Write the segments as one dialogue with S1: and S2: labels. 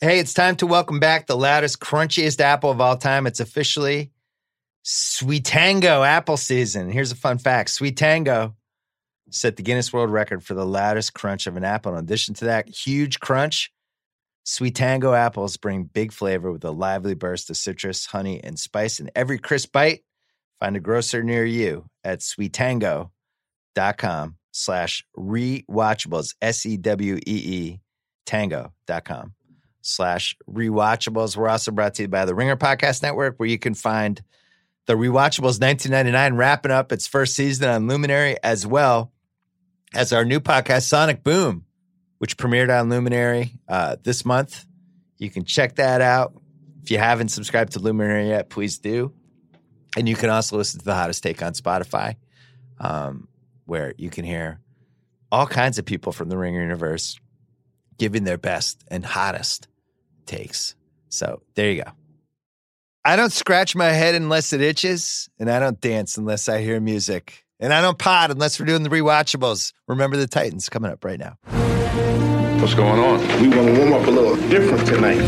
S1: Hey, it's time to welcome back the loudest, crunchiest apple of all time. It's officially Sweetango apple season. Here's a fun fact Sweetango set the Guinness World Record for the loudest crunch of an apple. In addition to that huge crunch, Sweetango apples bring big flavor with a lively burst of citrus, honey, and spice in every crisp bite. Find a grocer near you at sweetango.com slash rewatchables, E S-E-W-E-E, tango.com slash rewatchables. We're also brought to you by the Ringer Podcast Network, where you can find the Rewatchables 1999 wrapping up its first season on Luminary, as well as our new podcast, Sonic Boom, which premiered on Luminary uh, this month. You can check that out. If you haven't subscribed to Luminary yet, please do. And you can also listen to the hottest take on Spotify, um, where you can hear all kinds of people from the Ringer universe giving their best and hottest takes. So there you go. I don't scratch my head unless it itches, and I don't dance unless I hear music, and I don't pod unless we're doing the rewatchables. Remember the Titans coming up right now.
S2: What's going on?
S3: We want to warm up a little different tonight.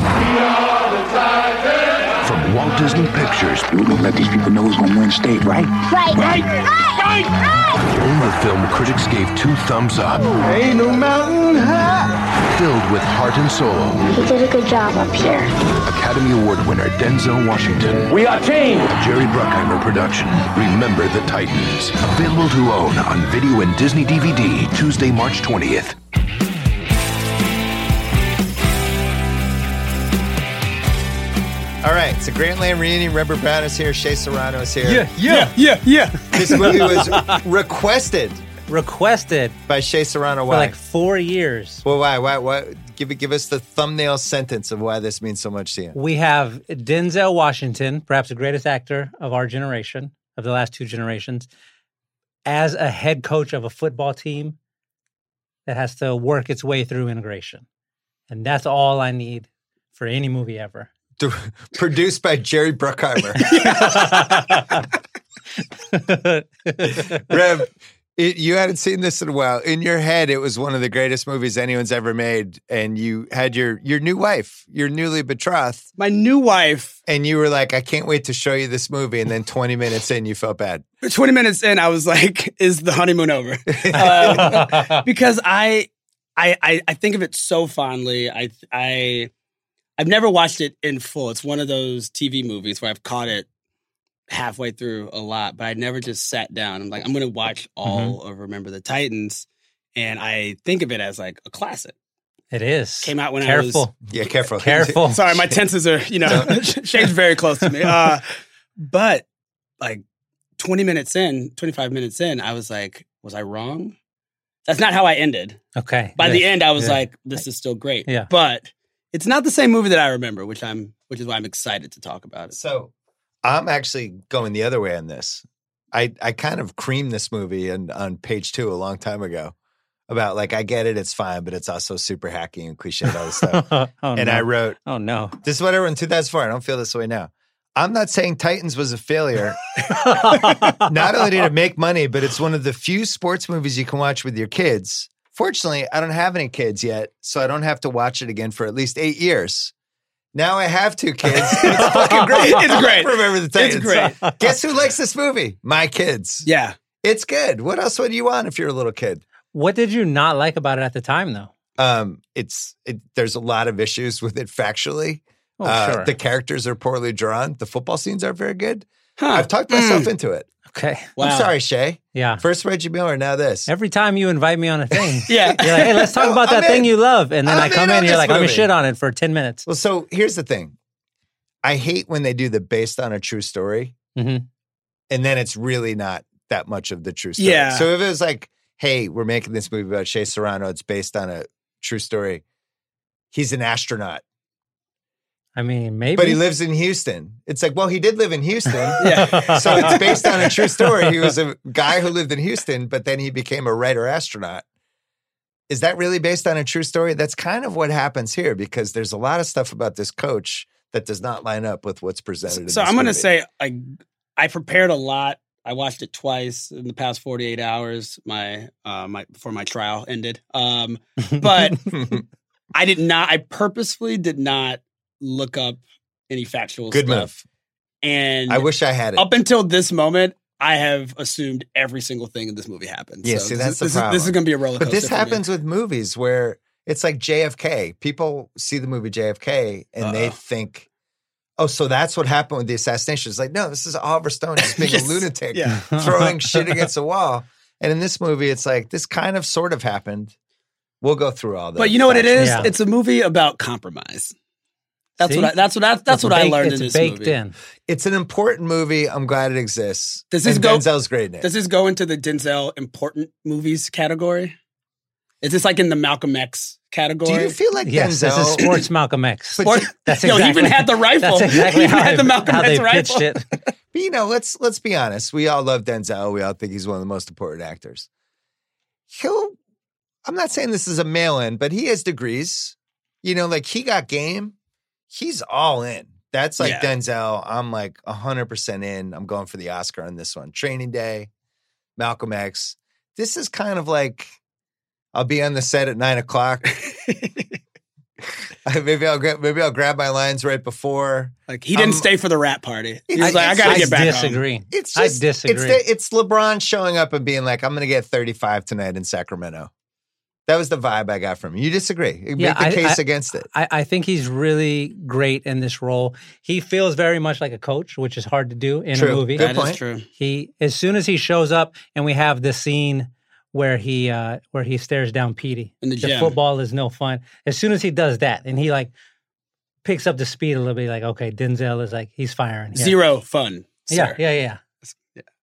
S4: From Walt Disney Pictures,
S5: We're gonna let these people know who's gonna win state, right?
S6: Right.
S4: Right.
S6: Right. Right.
S4: whom the film critics gave two thumbs up,
S3: Ain't no mountain high.
S4: filled with heart and soul.
S6: He did a good job up here.
S4: Academy Award winner Denzel Washington.
S3: We are team.
S4: Jerry Bruckheimer production. Remember the Titans. Available to own on video and Disney DVD Tuesday, March 20th.
S1: All right, so Grantland reunion. Remember Brown is here. Shea Serrano is here.
S7: yeah, yeah, yeah.
S1: This movie was requested
S7: Requested
S1: by Shea Serrano.
S7: for
S1: Why?
S7: like four years.
S1: well, why? Why? Why? Give it. Give us the thumbnail sentence of why this means so much to you.
S7: We have Denzel Washington, perhaps the greatest actor of our generation, of the last two generations, as a head coach of a football team that has to work its way through integration. And that's all I need for any movie ever.
S1: D- Produced by Jerry Bruckheimer. Rev, it, you hadn't seen this in a while. In your head, it was one of the greatest movies anyone's ever made, and you had your your new wife, your newly betrothed,
S8: my new wife,
S1: and you were like, "I can't wait to show you this movie." And then twenty minutes in, you felt bad.
S8: 20 minutes in, I was like, is the honeymoon over? Uh, because I, I, I, I think of it so fondly. I, I, I've never watched it in full. It's one of those TV movies where I've caught it halfway through a lot, but I never just sat down. I'm like, I'm going to watch all of Remember the Titans. And I think of it as like a classic.
S7: it is.
S8: Came out when I was-
S7: careful,
S1: Yeah, careful,
S7: Careful.
S8: Sorry, my tenses are, you know, Shane's very close to me. Uh, but like 20 minutes in, 25 minutes in, I was like, was I wrong? That's not how I ended.
S7: Okay.
S8: By the end, I was
S7: Yeah.
S8: like, this is still great.
S7: Yeah.
S8: But it's not the same movie that I remember, which I'm which is why I'm excited to talk about it.
S1: So, I'm actually going the other way on this. I I kind of creamed this movie and on page two a long time ago about like I get it, it's fine, but it's also super hacky and cliche and all this stuff.
S7: oh,
S1: and
S7: no.
S1: I wrote.
S7: oh, no.
S1: This is what I wrote in 2004. I don't feel this way now. I'm not saying Titans was a failure.
S7: Oh,
S1: not only did it make money, but it's one of the few sports movies you can watch with your kids. Fortunately, I don't have any kids yet, so I don't have to watch it again for at least eight years. Now I have two kids. It's fucking great.
S8: It's great.
S1: Remember the Titans.
S8: It's great.
S1: Guess who likes this movie? My kids.
S8: Yeah.
S1: It's good. What else would you want if you're a little kid?
S7: What did you not like about it at the time, though?
S1: Um, it's it, there's a lot of issues with it factually.
S7: Oh,
S1: Uh,
S7: sure.
S1: The characters are poorly drawn. The football scenes aren't very good.
S8: Huh. Hmm.
S1: I've talked myself into it.
S7: okay.
S8: Wow.
S1: I'm sorry, Shay.
S7: Yeah.
S1: First Reggie Miller, now this.
S7: Every time you invite me on a thing,
S8: Yeah.
S7: you're like, hey, let's talk
S1: Oh,
S7: about that
S1: I'm in.
S7: thing you love. And then
S1: I'm
S7: I come
S1: in
S7: in,
S1: on
S7: and you're
S1: this
S7: like, I'm going
S1: movie.
S7: to shit on it for 10 minutes.
S1: Well, so here's the thing. I hate when they do the based on a true story,
S7: Mhm.
S1: and then it's really not that much of the true story.
S8: Yeah.
S1: So if it was like, hey, we're making this movie about Shea Serrano, it's based on a true story. He's an astronaut,
S7: I mean, maybe.
S1: but he lives in Houston. It's like, well, he did live in Houston.
S8: Yeah.
S1: so it's based on a true story. He was a guy who lived in Houston, but then he became a writer astronaut. Is that really based on a true story? That's kind of what happens here because there's a lot of stuff about this coach that does not line up with what's presented. in
S8: So
S1: this
S8: I'm gonna
S1: movie.
S8: say like I prepared a lot. I watched it twice in the past 48 hours. My uh my before my trial ended. Um, but I did not. I purposefully did not look up any factual
S1: Good move.
S8: stuff. And
S1: I wish I had it.
S8: up until this moment, I have assumed every single thing in this movie happened.
S1: Yeah,
S8: So
S1: see,
S8: this
S1: that's
S8: is,
S1: the
S8: this is- this is
S1: problem.
S8: going to be a roller coaster.
S1: But this
S8: for me.
S1: happens with movies where it's like JFK. People see the movie JFK and they
S8: Uh-oh.
S1: think, oh, so that's what happened with the assassination. It's like, no, this is Oliver Stone just being
S8: Yes.
S1: a lunatic,
S8: Yeah.
S1: throwing shit against the wall. And in this movie, it's like, this kind of sort of happened. We'll go through all that.
S8: But you know what it is?
S7: Yeah.
S8: It's a movie about compromise. That's
S7: See?
S8: what I, that's what I, that's
S7: It's
S8: what I
S7: baked-
S8: learned
S7: it's
S8: in this
S7: baked
S8: movie.
S7: in.
S1: It's an important movie. I'm glad it exists.
S8: Does this
S1: and
S8: go-
S1: Denzel's great in it.
S8: Does this go into the Denzel important movies category? Is this like in the Malcolm X category?
S1: Do you feel like
S7: Yes,
S1: Denzel?
S7: this is sports Malcolm X.
S1: But-
S8: Or-
S7: That's
S8: Yo, he even
S7: exactly-
S8: had the rifle.
S7: That's exactly
S8: he even
S7: how,
S8: had
S7: they-
S8: the Malcolm
S7: how
S8: X
S7: they
S8: rifle.
S7: pitched it.
S1: But you know, let's let's be honest. We all love Denzel. We all think he's one of the most important actors. He'll I'm not saying this is a mail in, but he has degrees. You know, like he got game. He's all in. That's like
S8: Yeah.
S1: Denzel. I'm like 100% in. I'm going for the Oscar on this one. Training Day, Malcolm X. This is kind of like I'll be on the set at nine o'clock. maybe I'll grab maybe I'll grab my lines right before.
S8: Like he didn't
S1: Um,
S8: stay for the rap party. He was
S1: I-
S8: like, I
S1: it's-
S8: gotta
S1: I
S8: get back home.
S7: disagree.
S1: It's
S7: I
S1: just, It's,
S7: disagree.
S1: the, it's LeBron showing up and being like, "I'm going to get 35 tonight in Sacramento." That was the vibe I got from you. You disagree? You
S7: Yeah,
S1: Make the
S7: I-
S1: case
S7: I-
S1: against it.
S7: I, I think he's really great in this role. He feels very much like a coach, which is hard to do in
S1: True.
S7: a movie.
S1: Good
S8: That
S1: point.
S8: is true.
S7: He as soon as he shows up, and we have the scene where he uh, where he stares down Petey.
S8: In the gym.
S7: football is no fun. As soon as he does that, and he like picks up the speed a little bit, like okay, Denzel is like he's firing here.
S8: Zero fun.
S7: Yeah,
S8: sir.
S7: yeah, yeah.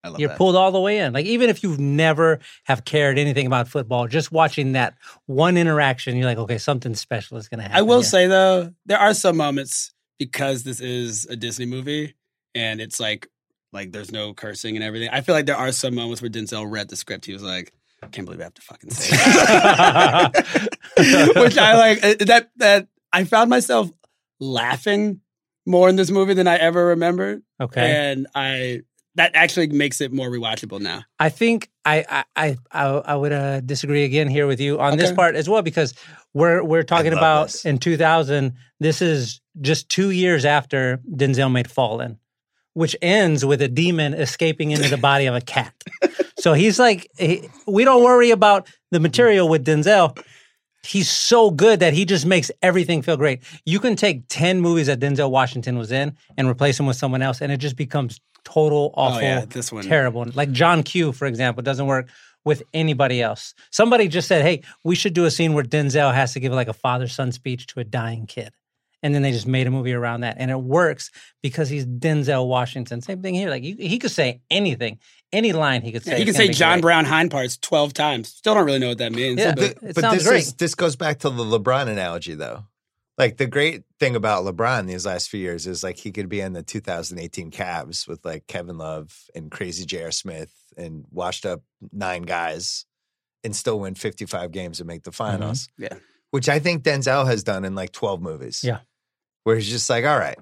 S8: I love
S7: You're
S8: that.
S7: pulled all the way in. Like even if you've never have cared anything about football, just watching that one interaction, you're like, okay, something special is gonna happen.
S8: I will
S7: here.
S8: say though, there are some moments because this is a Disney movie and it's like like there's no cursing and everything. I feel like there are some moments where Denzel read the script. He was like, I can't believe I have to fucking say that. Which I like uh, that that I found myself laughing more in this movie than I ever remembered.
S7: okay.
S8: And I that actually makes it more rewatchable now.
S7: I think I I I, I I would uh, disagree again here with you on this
S8: Okay.
S7: part as well because we're we're talking
S1: love
S7: about
S1: this.
S7: in 2000. This is just two years after Denzel made Fallen, which ends with a demon escaping into the body of a cat. so he's like, he, we don't worry about
S8: Mm-hmm.
S7: the material with Denzel. He's so good that he just makes everything feel great. You can take 10 movies that Denzel Washington was in and replace them with someone else, and it just becomes total awful
S8: Oh yeah, this one.
S7: terrible. Like John Q, for example, doesn't work with anybody else. Somebody just said, "Hey, we should do a scene where Denzel has to give like a father-son speech to a dying kid," and then they just made a movie around that, and it works because he's Denzel Washington. Same thing here. Like you, he could say anything, any line he could say.
S8: Yeah, you
S7: is
S8: can
S7: gonna
S8: say
S7: be
S8: John
S7: great.
S8: Brown hind parts twelve times. Still don't really know what that means.
S7: Yeah.
S8: but-
S7: It sounds
S1: this
S7: great.
S1: is this goes back to the LeBron analogy, though. Like the great thing about LeBron these last few years is like he could be in the 2018 Cavs with like Kevin Love and Crazy J.R. Smith and washed up nine guys and still win 55 games and make the
S7: Mm-hmm.
S1: finals.
S8: Yeah.
S1: Which I think Denzel has done in like 12 movies.
S7: Yeah.
S1: Where he's just like, all right,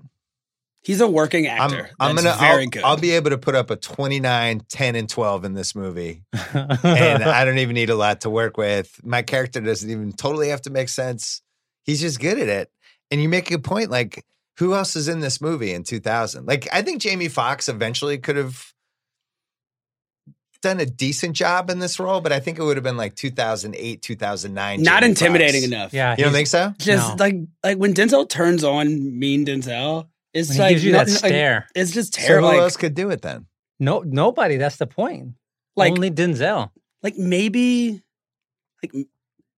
S8: He's a working actor.
S1: I'm, I'm
S8: That's
S1: gonna
S8: very
S1: I'll,
S8: good.
S1: I'll be able to put up a 29, 10, and 12 in this movie. and
S7: uh,
S1: I don't even need a lot to work with. My character doesn't even totally have to make sense. He's just good at it. And you make a good point like who else is in this movie in 2000? Like I think Jamie Foxx eventually could have done a decent job in this role, but I think it would have been like 2008, 2009.
S8: not
S1: Jamie
S8: intimidating
S1: Foxx.
S8: enough.
S7: yeah,
S1: You don't
S7: he's-
S1: think so?
S8: Just
S7: No.
S8: like like when Denzel turns on mean Denzel, it's
S7: when he
S8: like
S7: gives you that
S8: nothing- like,
S7: stare.
S8: it's just
S1: So who
S8: terrible. like,
S1: else could do it then?
S7: No, nobody. That's the point.
S8: like,
S7: Only Denzel.
S8: like maybe like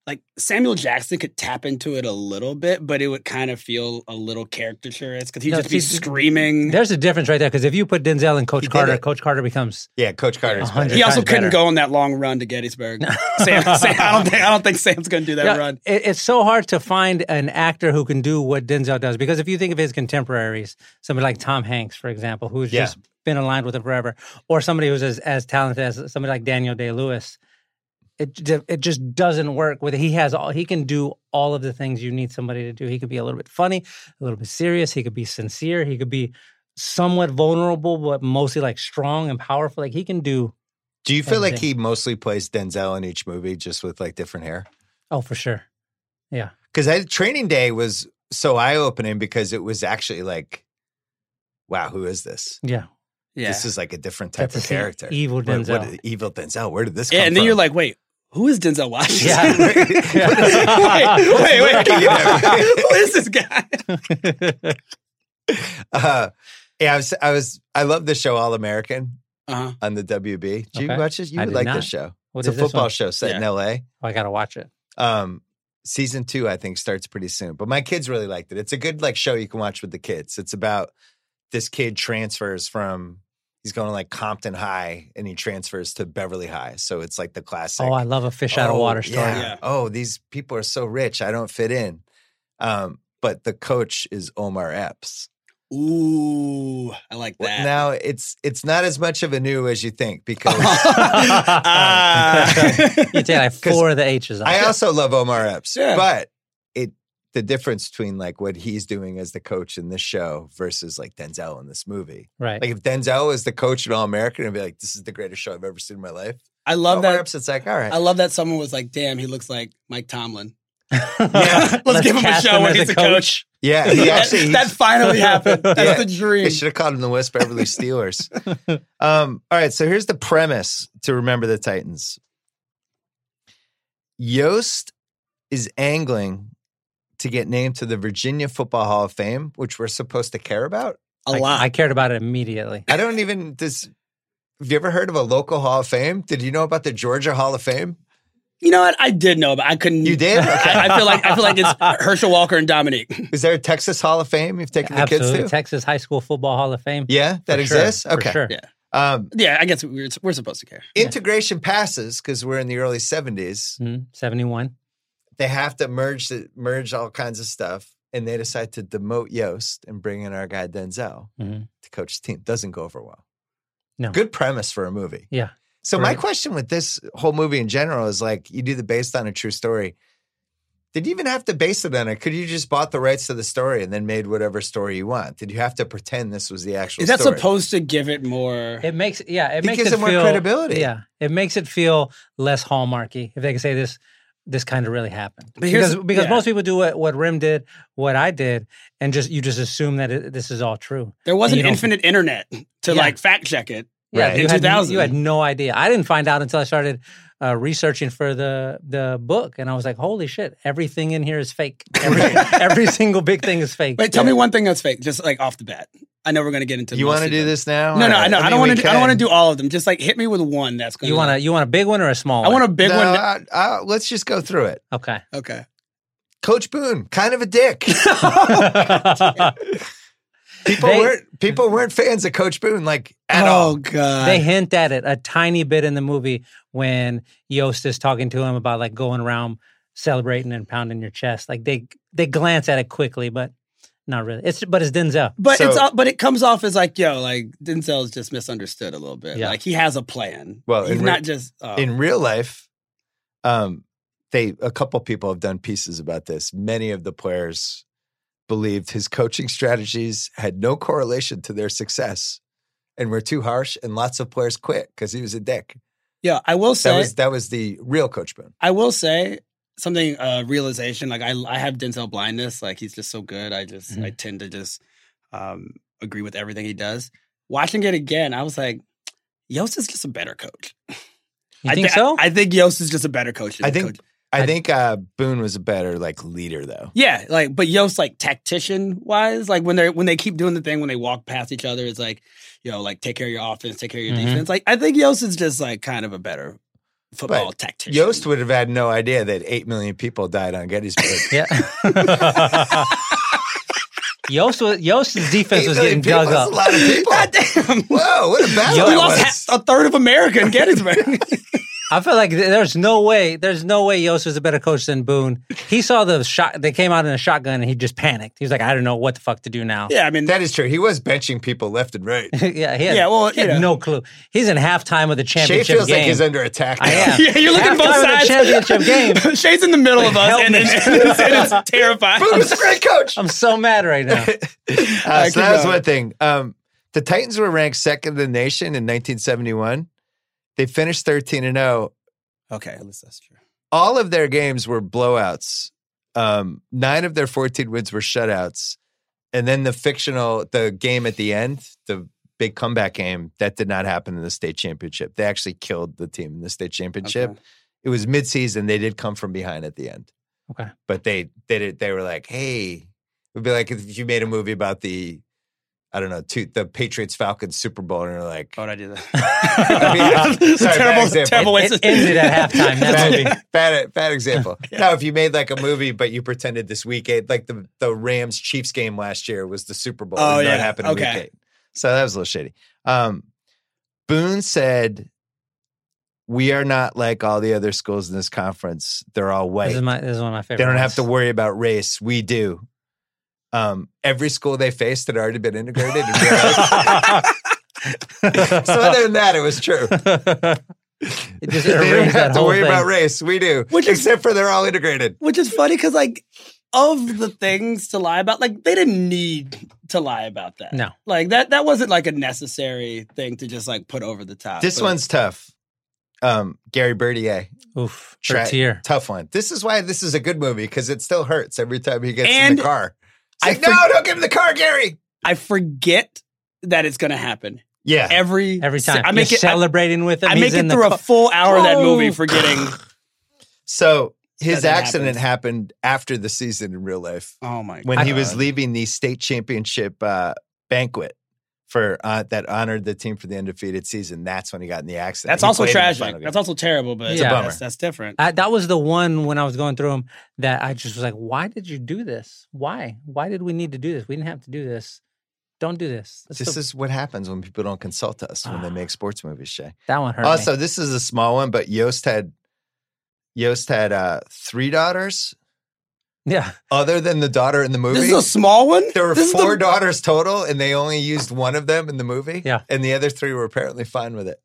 S8: like Samuel Jackson could tap into it a little bit, but it would kind of feel a little caricaturesque because he'd
S7: No,
S8: just be
S7: see,
S8: screaming.
S7: There's a difference right there because if you put Denzel and Coach
S1: He did
S7: Carter,
S1: it.
S7: Coach Carter becomes
S1: Yeah, Coach Carter's
S7: A
S1: better.
S7: hundred
S8: He also
S7: times
S8: couldn't
S7: better.
S8: go on that long run to Gettysburg. Sam, Sam, I don't think I don't think Sam's gonna do that
S7: Yeah,
S8: run.
S7: it- it's so hard to find an actor who can do what Denzel does because if you think of his contemporaries, somebody like Tom Hanks, for example, who's
S1: Yeah.
S7: just been aligned with him forever, or somebody who's as, as talented as somebody like Daniel Day Lewis, it ju- it just doesn't work. With he has all he can do all of the things you need somebody to do. He could be a little bit funny, a little bit serious. He could be sincere. He could be somewhat vulnerable, but mostly like strong and powerful. Like he can do.
S1: Do you feel like
S7: Anything.
S1: he mostly plays Denzel in each movie just with like different hair?
S7: Oh, for sure. Yeah.
S1: because I training day was so eye opening because it was actually like, wow, who is this?
S7: Yeah.
S8: Yeah.
S1: This is like a different type
S7: That's
S1: of
S7: the same
S1: character.
S7: evil
S1: What- what
S7: Denzel.
S1: did- evil Denzel. Where did this?
S8: yeah
S1: come
S8: and then
S1: from?
S8: you're like, wait, who is Denzel Washington?
S7: Yeah.
S8: wait, wait, wait.
S1: Yeah.
S8: who is this guy?
S1: uh, yeah, I was, I was, I love the show All American
S8: Uh-huh.
S1: on the WB. Did you
S7: Okay.
S1: watch this? You
S7: I
S1: would
S7: did
S1: like
S7: not.
S1: this show.
S7: What
S1: it's a
S7: is this
S1: football
S7: one?
S1: show set in
S8: Yeah.
S1: LA.
S7: Oh, I gotta watch it.
S1: Um, season two, I think, starts pretty soon. But my kids really liked it. It's a good like show you can watch with the kids. It's about this kid transfers from he's going to like Compton High and he transfers to Beverly High. So it's like the classic.
S7: Oh, I love a fish out of
S1: "Oh,
S7: water story.
S1: Yeah.
S8: Yeah.
S1: Oh, these people are so rich. I don't fit in. Um, but the coach is Omar Epps.
S8: Ooh, I like
S1: Well,
S8: that.
S1: Now it's it's not as much of a new as you think because
S8: Ah.
S7: you did. I
S1: 'Cause
S7: four of the H's. Off.
S1: I also love Omar Epps,
S8: Yeah.
S1: but it the difference between like what he's doing as the coach in this show versus like Denzel in this movie.
S7: right.
S1: Like if Denzel is the coach in All American, I'd be like, this is the greatest show I've ever seen in my life.
S8: I love
S1: Omar
S8: that.
S1: Epps, it's like, all right,
S8: I love that someone was like, "Damn, he looks like Mike Tomlin."
S7: yeah,
S8: let's give him a show when he's a coach.
S1: yeah, he actually
S8: that, that finally happened. That's
S1: Yeah.
S8: the dream.
S1: They should have called him the West Beverly Steelers. um, all right, so here's the premise to Remember the Titans. Yost is angling to get named to the Virginia Football Hall of Fame, which we're supposed to care about.
S8: A
S7: I-
S8: lot.
S7: I cared about it immediately.
S1: I don't even does have you ever heard of a local Hall of Fame? Did you know about the Georgia Hall of Fame?
S8: you know what? I did know, but I couldn't.
S1: You did? Okay.
S8: I, I feel like I feel like it's Herschel Walker and Dominique.
S1: Is there a Texas Hall of Fame you've taken the
S7: Absolutely,
S1: kids to?
S7: Texas High School Football Hall of Fame.
S1: Yeah, that
S7: For sure,
S1: exists.
S7: for
S1: okay.
S7: sure.
S8: Yeah.
S1: Um,
S8: Yeah, I guess we're, we're supposed to care.
S1: integration passes because we're in the early 70s.
S7: Mhm, Seventy-one.
S1: they have to merge the, merge all kinds of stuff, and they decide to demote Yost and bring in our guy Denzel
S7: Mhm.
S1: to coach the team. Doesn't go over well.
S7: No.
S1: good premise for a movie.
S7: Yeah.
S1: So my
S7: Right.
S1: question with this whole movie in general is like, you do the based on a true story. Did you even have to base it on it? Could you just bought the rights to the story and then made whatever story you want? Did you have to pretend this was the actual
S8: Is that
S1: story?
S8: supposed to give it more?
S7: It makes yeah. It,
S1: It
S7: makes
S1: gives
S7: it
S1: it more
S7: feel-
S1: credibility.
S7: Yeah, it makes it feel less hallmarky if they can say this. This kind of really happened
S8: But here's-
S7: because because
S8: yeah.
S7: most people do what, what Rim did, what I did, and just you just assume that it, this is all true.
S8: there wasn't
S7: You don't-
S8: infinite internet to
S7: Yeah.
S8: like fact check it.
S7: Yeah,
S8: Right.
S7: you
S8: In
S7: had,
S8: 2000.
S7: You had no idea. I didn't find out until I started uh, researching for the the book, and I was like, "Holy shit! Everything in here is fake. Every, every single big thing is fake."
S8: Wait, tell me one thing that's fake, just like off the bat. I know we're gonna get into.
S1: you
S8: want to
S1: do this now?
S8: No, no,
S1: Or-
S8: no. I, don't
S1: mean,
S8: want
S1: we
S8: to. I don't want to
S1: can.
S8: do all of them. Just like hit me with one that's gonna.
S7: you want a you want a big one or a small?
S8: I
S7: one?
S8: want a big
S1: no,
S8: one. that-
S1: I, I, let's just go through it.
S7: Okay.
S8: okay.
S1: Coach Boone, kind of a dick. People
S7: They-
S1: weren't people weren't fans of Coach Boone like at
S8: oh
S1: all.
S8: god.
S7: they hint at it a tiny bit in the movie when Yost is talking to him about like going around celebrating and pounding your chest. Like they they glance at it quickly, but not really. It's but it's Denzel.
S8: but it's
S1: So-
S8: all, but it comes off as like yo like Denzel's just misunderstood a little bit.
S7: Yeah.
S8: Like he has a plan.
S1: Well,
S8: he's
S1: in re-
S8: not just. Oh.
S1: In real life, um, they a couple people have done pieces about this. Many of the players believed his coaching strategies had no correlation to their success and were too harsh, and lots of players quit because he was a dick.
S8: yeah, I will
S1: That
S8: say.
S1: was that was the real Coach Boone.
S8: I will say something. Uh, realization. Like I, I have Denzel blindness. Like he's just so good. I just,
S7: Mm-hmm.
S8: I tend to just um, agree with everything he does. Watching it again, I was like, Yost is just a better coach.
S7: You
S8: I
S7: think
S8: thi-
S7: so?
S8: I, think Yost is just a better coach. than
S1: I
S8: the
S1: think
S8: coach.
S1: I,
S7: I-
S1: think uh, Boone was a better like leader though.
S8: Yeah, like but Yost like tactician wise, like when they're when they keep doing the thing when they walk past each other, it's like, yo, like take care of your offense, take care of your
S7: Mhm.
S8: defense. Like I think Yost is just like kind of a better football
S1: But
S8: tactician.
S1: Yost would have had no idea that eight million people died on Gettysburg.
S7: Yeah. Yost was, Yost's defense
S1: Eight
S7: was
S1: million
S7: getting dug
S1: people, that's
S7: up.
S1: a lot of people.
S8: God damn.
S1: Whoa, what a battle!
S7: Yo-
S1: that
S8: we lost
S1: was.
S8: half, a third of America in Gettysburg.
S7: I feel like th- there's no way, there's no way Yost was a better coach than Boone. He saw the shot, they came out in a shotgun and he just panicked. He was like, I don't know what the fuck to do now.
S8: yeah, I mean,
S1: That is true. He was benching people left and right.
S7: yeah, he had,
S8: Yeah, well,
S7: he had
S8: you know.
S7: no clue. He's in halftime of the
S1: Shay
S7: championship
S1: feels
S7: game.
S1: like he's under attack.
S7: I
S1: now.
S7: am.
S8: yeah, you're looking
S7: Halftime of
S8: both
S7: the
S8: sides.
S7: championship game.
S8: Shade's in the middle of us,
S7: Help
S8: and,
S7: me.
S8: and- and it's, and it's terrifying.
S1: Boone was a great coach.
S7: I'm so mad right now.
S1: Uh, so
S8: keep
S1: that was
S8: going.
S1: one thing. Um, the Titans were ranked second in the nation in 1971. They finished 13 and oh. 0.
S8: Okay, at least that's true.
S1: All of their games were blowouts um, nine of their 14 wins were shutouts. And then the fictional, the game at the end, the big comeback game, that did not happen in the state championship. They actually killed the team in the state championship.
S8: Okay.
S1: It was midseason. They did come from behind at the end.
S7: Okay.
S1: But they they did, they were like, hey, it would be like if you made a movie about the, I don't know, two, the Patriots Falcons Super Bowl, and you're like,
S8: Why would I do that?
S1: I mean,
S8: It's a
S1: sorry, bad
S8: terrible,
S1: example.
S8: terrible way
S7: It ended at halftime. That movie.
S1: bad, e-, bad, bad example. Now, if you made like a movie, but you pretended this week eight, like the, the Rams Chiefs game last year was the Super Bowl.
S8: Oh,
S1: and
S8: yeah.
S1: That happened
S8: Okay.
S1: week eight. So that was a little shitty. Um, Boone said, We are not like all the other schools in this conference. They're all white.
S7: This is my. This is one of my favorite.
S1: They don't have to
S7: ones.
S1: worry about race. We do. Um, every school they faced had already been integrated. And realized- so other than that, it was true.
S7: It just
S1: they don't
S7: erased that
S1: have to
S7: whole
S1: worry
S7: thing.
S1: about race. We do,
S8: Which is-
S1: except for they're all integrated.
S8: Which is funny because, like, of the things to lie about, like, they didn't need to lie about that.
S7: No.
S8: Like, that that wasn't like a necessary thing to just like put over the top.
S1: This
S8: But-
S1: one's tough. Um, Gary Bertier,
S7: Oof.
S1: Tra-
S7: Tra- tear.
S1: tough one. This is why this is a good movie because it still hurts every time he gets in
S8: And
S1: the car. It's
S8: I
S1: like, no,
S8: for-
S1: don't give him the car, Gary.
S8: I forget that it's going to happen
S1: Yeah,
S8: every
S7: Every
S8: si-
S7: time.
S8: I make
S7: You're
S8: it. I,
S7: celebrating with him.
S8: I
S7: He's
S8: make
S7: in
S8: it
S7: the
S8: through
S7: car.
S8: a full hour of that movie
S7: Oh.
S8: forgetting.
S1: So his
S8: Doesn't
S1: accident happened after the season in real life
S8: Oh my!
S1: when he was
S8: God.
S1: leaving the state championship uh, banquet for uh, that honored the team for the undefeated season. That's when he got in the accident.
S8: That's
S1: He
S8: also
S1: played in the final
S8: tragic.
S1: game.
S8: That's also terrible. But
S7: It's a
S8: yeah,
S1: bummer.
S8: That's, that's different.
S7: I, that was the one when I was going through them that I just was like, why did you do this? Why? Why did we need to do this? We didn't have to do this. Don't do this. That's Ah.
S1: this
S7: the-
S1: is what happens when people don't consult us when they make sports movies, Shay.
S7: that one hurt.
S1: Also,
S7: me.
S1: this is a small one, but Yost had Yost had uh, three daughters
S7: yeah.
S1: other than the daughter in the movie.
S8: This is a small one.
S1: there were
S8: This is the-
S1: four daughters total, and they only used one of them in the movie.
S7: Yeah.
S1: and the other three were apparently fine with it.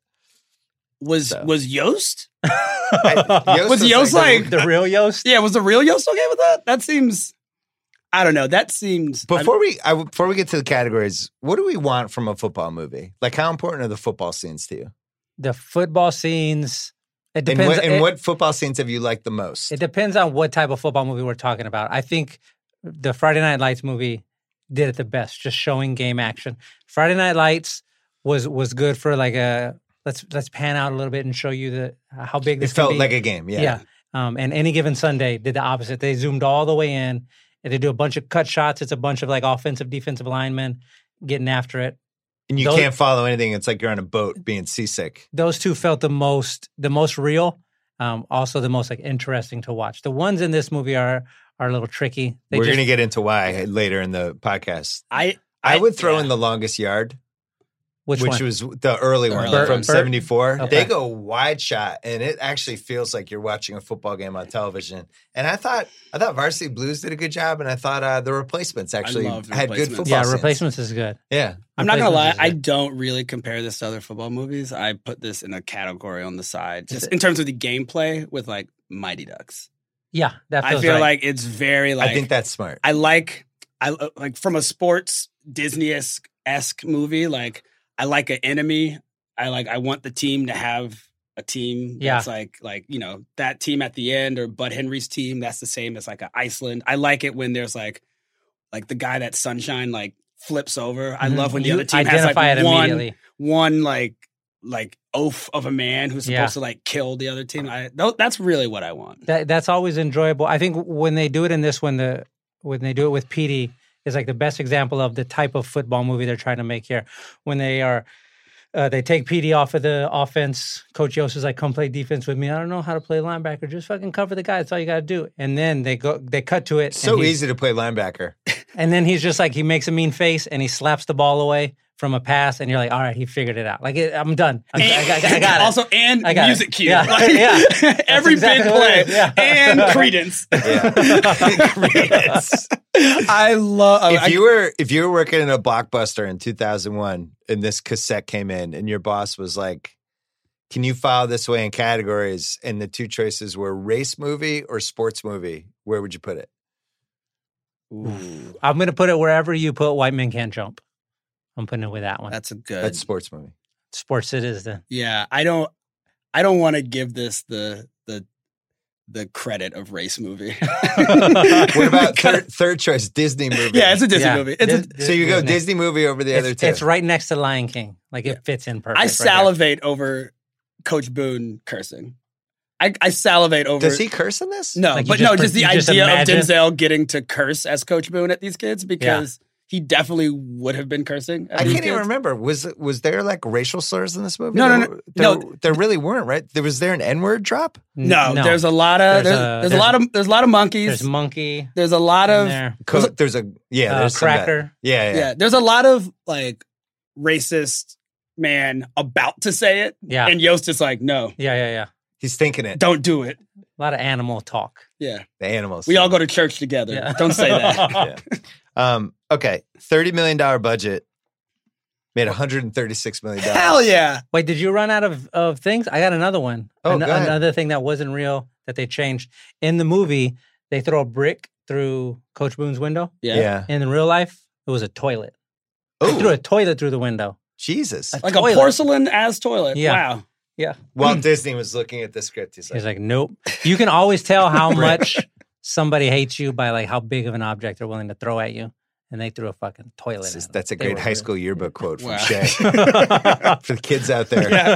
S8: was
S1: so.
S8: was Yost?
S1: I- Yost
S8: Was Yost like-
S7: the real Yost.
S8: Yeah, was the real Yost okay with that? That seems. I don't know. That seems. I-
S1: Before we I, before we get to the categories, what do we want from a football movie? Like, how important are the football scenes to you?
S7: The football scenes. It
S1: And
S7: depends.
S1: what, and
S7: it-
S1: what football scenes have you liked the most?
S7: It depends on what type of football movie we're talking about. I think the Friday Night Lights movie did it the best, just showing game action. Friday Night Lights was was good for like a let's let's pan out a little bit and show you the how big
S1: It
S7: this
S1: felt
S7: can be.
S1: like a game. Yeah.
S7: Um, and any given Sunday did the opposite. They zoomed all the way in and they do a bunch of cut shots. It's a bunch of like offensive, defensive linemen getting after it.
S1: And you
S7: Those-
S1: can't follow anything. It's like you're on a boat being seasick.
S7: those two felt the most the most real um also the most like interesting to watch the ones in this movie are are a little tricky they
S1: We're
S7: just,
S1: going to get into why later in the podcast.
S8: I
S1: I, would throw
S8: yeah.
S1: in the longest yard,
S7: which,
S1: which,
S7: one?
S1: was the early
S8: The
S1: one
S8: early
S1: from
S8: one.
S1: '74.
S7: Okay.
S1: They go wide shot, and it actually feels like you're watching a football game on television. And I thought, I thought Varsity Blues did a good job, and I thought uh, the replacements actually
S8: love The
S1: had good
S8: Replacements.
S1: football.
S7: yeah
S1: scenes.
S7: replacements is good
S1: Yeah,
S8: I'm not gonna lie.
S7: Replacements
S8: I
S7: is good.
S8: don't really compare this to other football movies. I put this in a category on the side,
S7: Is
S8: just
S7: it-
S8: in terms of the gameplay with like Mighty Ducks.
S7: yeah that
S8: I
S7: feels
S8: feel
S7: right.
S8: like it's very like.
S1: I think that's smart.
S8: I like I uh, like from a sports Disney esque movie. Like I like an enemy. I like I want the team to have a team.
S7: Yeah.
S8: that's like like you know that team at the end or Bud Henry's team. That's the same as like an Iceland. I like it when there's like like the guy that sunshine like flips over. I
S7: Mhm.
S8: love when the
S7: You
S8: other team has
S7: identify
S8: like
S7: it
S8: one
S7: immediately
S8: one like like oaf of a man who's supposed
S7: Yeah.
S8: to like kill the other team. I tho- that's really what I want.
S7: that, that's always enjoyable i think when they do it in this one the when they do it with pd is like the best example of the type of football movie they're trying to make here when they are uh, they take PD off of the offense. Coach Yost is like, "Come play defense with me." I don't know how to play linebacker. Just fucking cover the guy. That's all you gotta do. And then they go, they cut to it.
S1: So
S7: and he's-
S1: easy to play linebacker.
S7: And then he's just like, he makes a mean face and he slaps the ball away from a pass, and you're like, all right, he figured it out. Like, it, I'm done. I'm, I, got- I got it.
S8: Also, and
S7: I got it.
S8: music cue.
S7: Yeah.
S8: Like,
S7: Yeah.
S8: every
S7: exactly
S8: big
S7: what it
S8: play.
S7: is. Yeah.
S8: And credence.
S1: Yes.
S8: I love. I,
S1: if you were if you were working in a blockbuster in 2001 and this cassette came in and your boss was like can you file this way in categories and the two choices were race movie or sports movie where would you put it
S7: I'm gonna put it wherever you put white men can't jump. I'm putting it with that one.
S8: that's a good.
S1: that's sports movie
S7: Sports it is then.
S8: yeah, I don't. I don't want to give this the the the credit of race movie.
S1: What about third, third choice Disney movie?
S8: yeah, it's a Disney
S7: Yeah.
S8: movie. It's a,
S7: Dis-
S1: so you go
S7: Disney.
S1: Disney movie over the other
S7: It's,
S1: two.
S7: it's right next to Lion King. Like it fits in perfect.
S8: I
S7: right there.
S8: salivate over Coach Boone cursing. I, I salivate over.
S1: Does he curse in this?
S8: No,
S7: Like, you
S8: but
S7: just
S8: no,
S7: pre-
S8: just the
S7: you just
S8: idea
S7: imagine-
S8: of Denzel getting to curse as Coach Boone at these kids because he definitely would have been cursing. At
S1: I
S8: these
S1: can't even
S8: kids.
S1: remember. Was was there like racial slurs in this movie?
S8: No, no,
S1: There-
S8: no,
S1: There,
S8: no.
S1: there really weren't, right? There was there an N word drop?
S7: N-
S8: No, there's a lot
S7: There's
S8: of there's,
S7: a-
S8: there's, a
S7: there's-
S8: lot of there's a lot of monkeys.
S7: there's
S8: There's,
S7: monkey.
S8: a lot
S7: in
S8: of
S7: there.
S1: Co- there's a yeah,
S7: Uh,
S1: there's some that-
S7: cracker.
S1: Yeah,
S8: yeah.
S1: yeah.
S8: There's a lot of like racist man about to say it,
S7: Yeah.
S8: and Yost is like, no,
S7: yeah, yeah, yeah.
S1: He's thinking it.
S8: don't do it.
S7: A lot of animal talk.
S8: Yeah,
S1: The animals.
S8: we all go to church together.
S7: Yeah.
S8: Don't say that.
S1: Yeah. Um, okay, thirty million dollar budget made one hundred and thirty six million dollars.
S8: Hell yeah!
S7: Wait, did you run out of, of things? I got another one.
S1: Oh, go ahead.
S7: another thing that wasn't real that they changed. In the movie, they throw a brick through Coach Boone's window.
S1: yeah!
S7: In real life, it was a toilet. They threw
S1: Oh
S7: a toilet through the window.
S1: Jesus!
S8: Like
S7: Toilet.
S8: a porcelain ass toilet.
S7: Yeah.
S8: Wow.
S1: Walt Disney was looking at the script. He's like,
S7: He's like, nope. You can always tell how much somebody hates you by like how big of an object they're willing to throw at you. And they threw a fucking toilet.
S1: this is-
S7: at 'em.
S1: "That's a
S7: They
S1: great
S7: were
S1: high
S7: real-
S1: school yearbook quote from
S8: Wow.
S1: Shay for the kids out there."
S8: Yeah.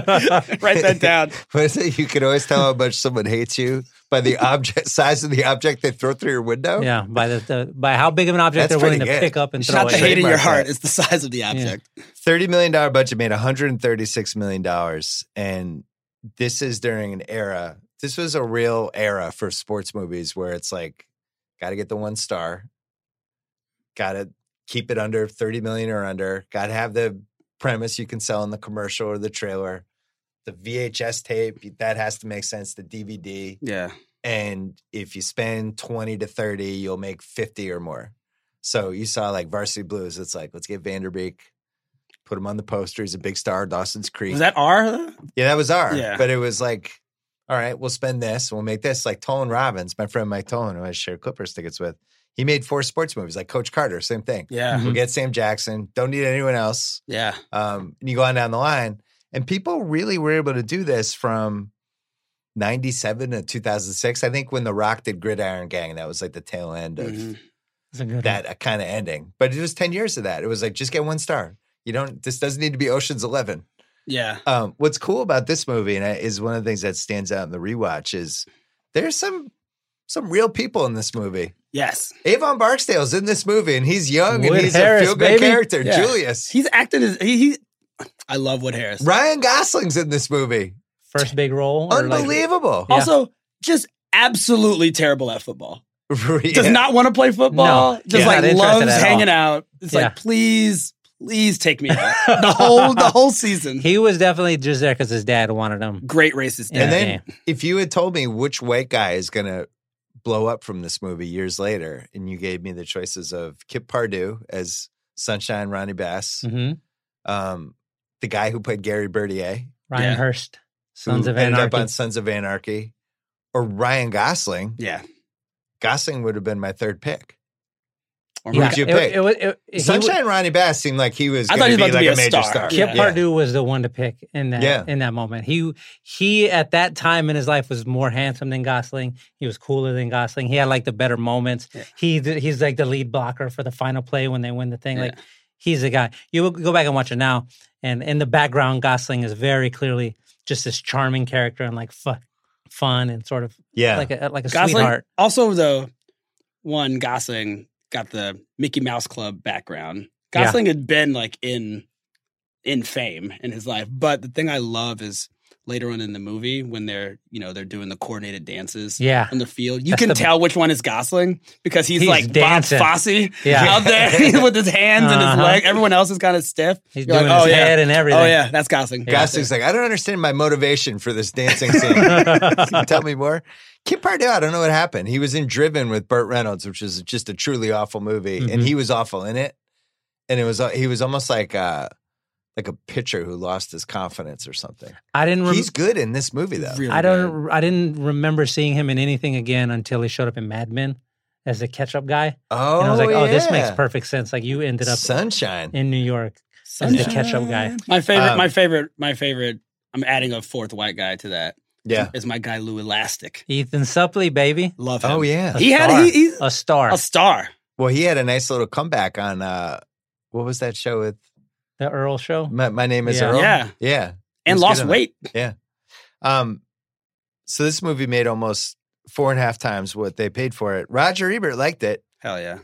S8: Write that down.
S1: What is it? You can always tell how much someone hates you by the object size of the object they throw through your window.
S7: Yeah, by the, the by how big of an object
S1: That's
S7: they're willing to
S1: pretty good.
S7: pick up and
S8: It's
S7: throw
S8: not
S7: at
S8: the
S7: you.
S8: hate in your
S1: Trademark
S8: heart;
S1: that.
S8: it's the size of the object.
S1: Thirty million dollar budget made one hundred and thirty six million dollars, and this is during an era. This was a real era for sports movies where it's like, got to get the one star, got to keep it under thirty million or under, got to have the premise you can sell in the commercial or the trailer, the VHS tape that has to make sense, the DVD,
S8: Yeah.
S1: and if you spend 20 to 30 you'll make 50 or more so you saw like varsity blues it's like let's get vanderbeek put him on the poster he's a big star dawson's creek
S8: Was that R? though?
S7: Mm-hmm.
S1: yeah that was our
S8: Yeah.
S1: but it was like all right we'll spend this we'll make this like tolan robbins my friend mike tolan who i share clippers tickets with he made four sports movies like coach carter same thing
S8: Yeah. Mm-hmm.
S1: we'll get sam jackson don't need anyone else
S8: Yeah.
S1: um, and you go on down the line. And people really were able to do this from 97 to 2006. I think when The Rock did Gridiron Gang, that was like the tail end
S7: Mm-hmm,
S1: of
S8: Mhm.
S7: That's a good
S1: that uh, kind of ending. But it was 10 years of that. It was like, just get one star. You don't, this doesn't need to be Ocean's 11.
S8: Yeah.
S1: Um, what's cool about this movie and I- is one of the things that stands out in the rewatch is there's some some real people in this movie.
S8: Yes.
S1: Avon Barksdale's in this movie and he's young and
S7: Wood
S1: he's
S7: Harris,
S1: a feel good
S7: baby.
S1: character.
S8: Yeah.
S1: Julius.
S8: He's acted as he. he I love Wood Harris.
S1: Ryan Gosling's in this movie.
S7: first big role. or, like-
S1: Unbelievable.
S7: Yeah.
S8: Also, just absolutely terrible at football.
S1: Yeah.
S8: Does not want to play football.
S7: No.
S8: Just
S1: Yeah.
S7: Not
S8: like
S7: interested
S8: loves
S7: at all.
S8: hanging out. It's
S7: Yeah.
S8: like please, please take me out the whole the whole season.
S7: he was definitely just there because his dad wanted him.
S8: Great racist.
S7: Yeah.
S1: And
S8: dad.
S1: then if you had told me which white guy is going to blow up from this movie years later, and you gave me the choices of Kip Pardue as Sunshine Ronnie Bass,
S7: hmm
S8: Mm.
S1: um, the guy who played Gary Bertier,
S7: Ryan
S8: Yeah.
S7: Hurst, Sons
S1: who
S7: of
S1: ended up
S7: Anarchy.
S1: on Sons of Anarchy, or Ryan Gosling,
S8: yeah.
S1: Gosling would have been my third pick.
S8: Or
S7: Yeah,
S1: Who'd you
S7: it-
S1: pick?
S7: It, was- it- he
S1: Sunshine
S7: would-
S1: Ronnie Bass seemed like he was
S8: I
S1: going
S8: thought
S1: to
S8: he
S1: be like
S8: was about to
S1: a
S8: be a
S1: major star.
S8: star.
S7: Kip
S8: Yeah.
S7: Pardue was the one to pick in that
S1: Yeah.
S7: in that moment. He he at that time in his life was more handsome than Gosling. He was cooler than Gosling. He had like the better moments. He th- he's like the lead blocker for the final play when they win the thing. Like he's the guy. You will go back and watch it now, and in the background, Gosling is very clearly just this charming character and like fu- fun and sort of
S1: Yeah.
S7: like a like a
S8: Gosling.
S7: sweetheart.
S8: Also, though, one Gosling got the Mickey Mouse Club background.
S7: Yeah.
S8: Gosling had been like in in fame in his life, but the thing I love is later on in the movie when they're you know they're doing the coordinated dances.
S7: Yeah,
S8: On the field, you
S7: That's
S8: can
S7: the-
S8: tell which one is Gosling because he's,
S7: He's
S8: like
S7: dancing.
S8: Bob Fosse
S7: Yeah.
S8: out there with his hands and his
S7: Uh-huh.
S8: leg. Everyone else is kind of stiff.
S7: he's
S8: You're
S7: doing
S8: like,
S7: his
S8: oh yeah,
S7: head and everything.
S8: oh yeah, that's Gosling.
S1: Gosling's like, I don't understand my motivation for this dancing scene. Can you tell me more? Kip Pardue, I don't know what happened. He was in Driven with Burt Reynolds, which is just a truly awful movie, and
S7: Mhm.
S1: he was awful in it. And it was uh, he was almost like a like a pitcher who lost his confidence or something.
S7: I didn't. Rem-
S1: He's good in this movie though.
S8: Really
S7: I
S8: good.
S7: don't. I didn't remember seeing him in anything again until he showed up in Mad Men as the catch-up guy.
S1: Oh,
S7: and I was like, "Oh, this makes
S1: yeah.
S7: perfect sense." Like you ended up
S1: Sunshine.
S7: in New York.
S8: Sunshine.
S7: catch-up guy.
S8: My favorite,
S1: Um,
S8: my favorite, my favorite. I'm adding a fourth white guy to that.
S1: Yeah.
S8: is my guy Lou Elastic.
S7: Ethan Suppley, baby,
S8: Love him.
S1: Oh yeah.
S8: he had
S7: star.
S8: he, he's
S7: a star.
S8: a star.
S1: Well, he had a nice little comeback on uh what was that show with
S7: the Earl Show.
S1: My, my name is
S7: Yeah.
S1: Earl?
S8: Yeah.
S1: Yeah.
S8: and
S1: He's
S8: lost
S1: good
S8: weight.
S1: Um so this movie made almost four and a half times what they paid for it. Roger Ebert liked it.
S8: Hell yeah.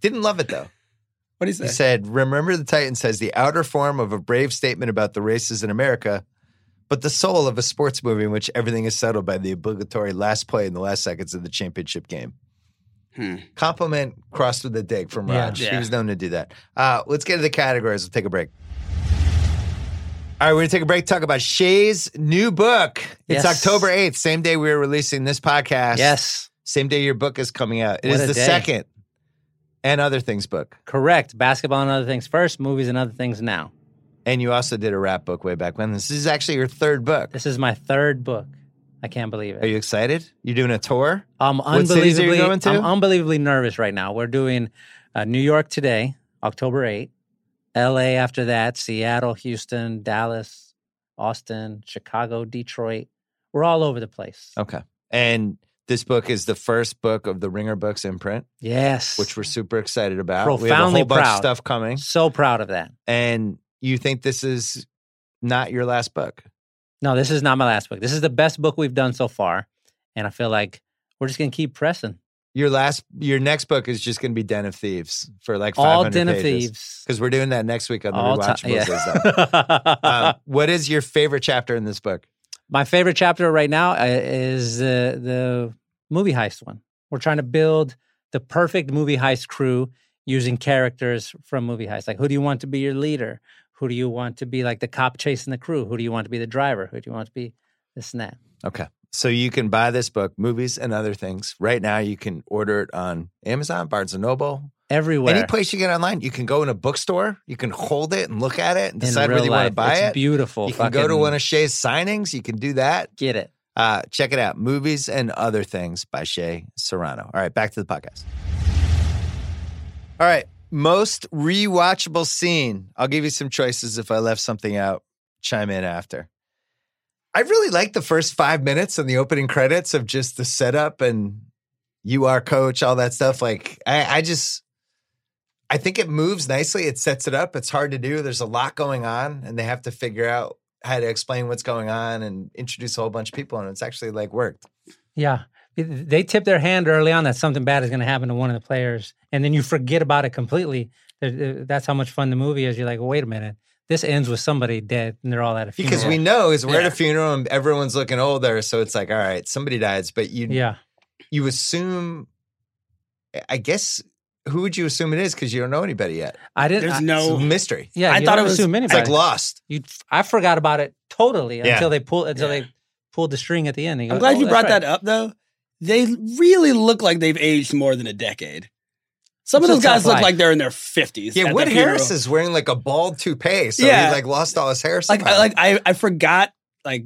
S1: Didn't love it though.
S8: What do you say?
S1: He said, Remember the Titan says the outer form of a brave statement about the races in America, but the soul of a sports movie in which everything is settled by the obligatory last play in the last seconds of the championship game.
S8: Hmm.
S1: Compliment crossed with a dig from
S7: Yeah.
S1: Raj. He
S8: Yeah.
S1: was known to do that. Uh, let's get to the categories. We'll take a break. All right, we're going to take a break, talk about Shay's new book. It's
S7: Yes.
S1: October 8th, same day we are releasing this podcast.
S7: yes,
S1: Same day your book is coming out. It
S7: What
S1: is
S7: a
S1: the
S7: day.
S1: second and other things book.
S7: correct. Basketball and other things first, movies and other things now.
S1: And you also did a rap book way back when. This is actually your third book.
S7: This is my third book. I can't believe it.
S1: Are you excited? You're doing a tour?
S7: I'm
S1: What cities are you
S7: unbelievably,
S1: going to?
S7: I'm unbelievably nervous right now. We're doing uh, New York today, October 8th, LA after that, Seattle, Houston, Dallas, Austin, Chicago, Detroit. We're all over the place.
S1: Okay. And this book is the first book of the Ringer Books imprint,
S7: Yes.
S1: which we're super excited about. we have a
S7: Profoundly
S1: whole bunch of
S7: proud.
S1: stuff coming.
S7: so proud of that.
S1: And you think this is not your last book?
S7: No, this is not my last book. This is the best book we've done so far. And I feel like we're just going to keep pressing.
S1: Your last, your next book is just going to be Den of Thieves for like
S7: All
S1: 500
S7: Den of
S1: pages.
S7: Thieves.
S1: because we're doing that next week on the
S7: All
S1: rewatchables.
S7: time.
S1: is that. Um, what is your favorite chapter in this book?
S7: My favorite chapter right now uh, is uh, the movie heist one. We're trying to build the perfect movie heist crew using characters from movie heist. Like, who do you want to be your leader? Who do you want to be like the cop chasing the crew? Who do you want to be the driver? Who do you want to be this and that?
S1: Okay. So you can buy this book, movies and other things. Right now, you can order it on Amazon, Barnes and Noble,
S7: Everywhere.
S1: any place you get online. You can go in a bookstore. You can hold it and look at it and
S7: in
S1: decide
S7: real
S1: whether you want to
S7: life.
S1: buy
S7: it's
S1: it.
S7: beautiful.
S1: You can go to
S7: Fucking
S1: one of Shay's signings. You can do that.
S7: Get it.
S1: Uh, check it out, movies and other things by Shay Serrano. All right, back to the podcast. All right, most rewatchable scene. I'll give you some choices if I left something out. Chime in after. I really like the first five minutes and the opening credits of just the setup and you are coach, all that stuff. Like I, I just, I think it moves nicely. It sets it up. It's hard to do. There's a lot going on, and they have to figure out how to explain what's going on and introduce a whole bunch of people. And it's actually like worked.
S7: Yeah. It- They tip their hand early on that something bad is going to happen to one of the players, and then you forget about it completely. There- there- That's how much fun the movie is. You're like, wait a minute, this ends with somebody dead, and they're all at a funeral.
S1: Because we know is we're at
S8: Yeah.
S1: a funeral and everyone's looking older, so it's like, all right, somebody dies, but you
S7: yeah,
S1: you assume, I guess, who would you assume it is? Because you don't know anybody yet.
S7: I didn't.
S8: There's
S7: I-
S1: It's a
S8: no.
S1: mystery.
S7: yeah,
S8: I
S7: you
S8: thought
S7: don't
S8: it was-
S7: assume
S1: It's like
S7: anybody.
S1: lost.
S7: you, I forgot about it totally
S1: Yeah.
S7: until they pull until
S8: Yeah.
S7: they pulled the string at the end. "Oh,
S8: I'm glad you brought that up though. They really look like they've aged more than a decade. Some
S7: It's a
S8: of those guys
S7: tough
S8: look
S7: life.
S8: like they're in their fifties.
S1: Yeah, Wood Harris is wearing like a bald toupee, so
S8: Yeah.
S1: he like lost all his hair.
S8: like
S1: somehow.
S8: I, like I, I forgot like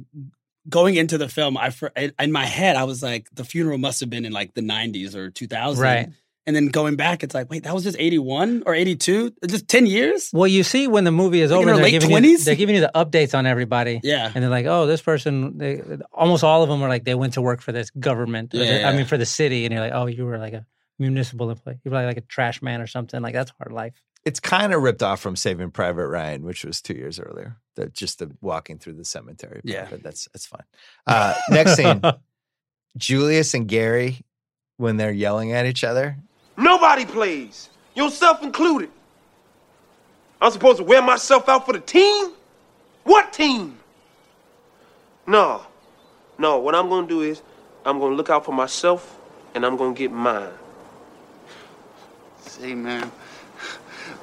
S8: going into the film. I for, in in my head I was like the funeral must have been in like the nineties or two thousand,
S7: Right.
S8: And then going back, it's like wait that was just eighty one or eighty two, just ten years.
S7: Well, you see when the movie is
S8: Like in
S7: over,
S8: her
S7: they're
S8: late
S7: giving, you,
S8: 20s?
S7: they're giving you the updates on everybody.
S8: Yeah,
S7: And they're like, oh, this person, they, almost all of them are like, they went to work for this government. or the-
S8: Yeah.
S7: I mean, for the city. And you're like, oh, you were like a municipal employee. You were like, like a trash man or something. Like, that's hard life.
S1: it's kind of ripped off from Saving Private Ryan, which was two years earlier. The, just the walking through the cemetery. part,
S8: Yeah.
S1: but that's that's fine. Uh, next scene: Julius and Gary when they're yelling at each other.
S9: Nobody plays, yourself included. I'm supposed to wear myself out for the team? What team? No, no, what I'm gonna do is I'm gonna look out for myself and I'm gonna get mine.
S10: See, man,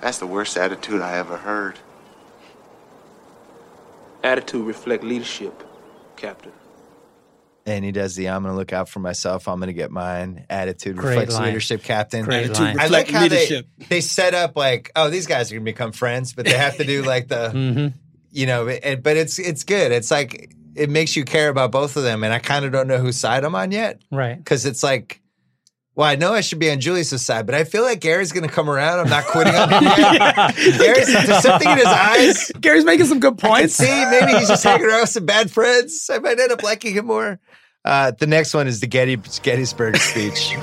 S10: that's the worst attitude I ever heard.
S9: Attitude reflect leadership, Captain.
S1: And he does the "I'm going to look out for myself. I'm going to get mine." Attitude
S7: Great
S1: reflects
S7: line.
S1: leadership, Captain.
S7: Great
S8: Attitude
S7: line.
S1: I like
S8: Reflect
S1: how they,
S8: leadership.
S1: they set up like, oh, these guys are going to become friends, but they have to do like the
S7: hmm
S8: Mm-hmm.
S1: you know, it, but it's it's good. It's like it makes you care about both of them, and I kind of don't know whose side I'm on yet
S7: Right.
S1: because it's like, Well, I know I should be on Julius's side, but I feel like Gary's going to come around. I'm not quitting on him yet. Gary's, there's something in his eyes.
S8: Gary's making some good
S1: I can
S8: points.
S1: see maybe he's just hanging around with some bad friends. I might end up liking him more. Uh, the next one is the Getty, Gettysburg speech.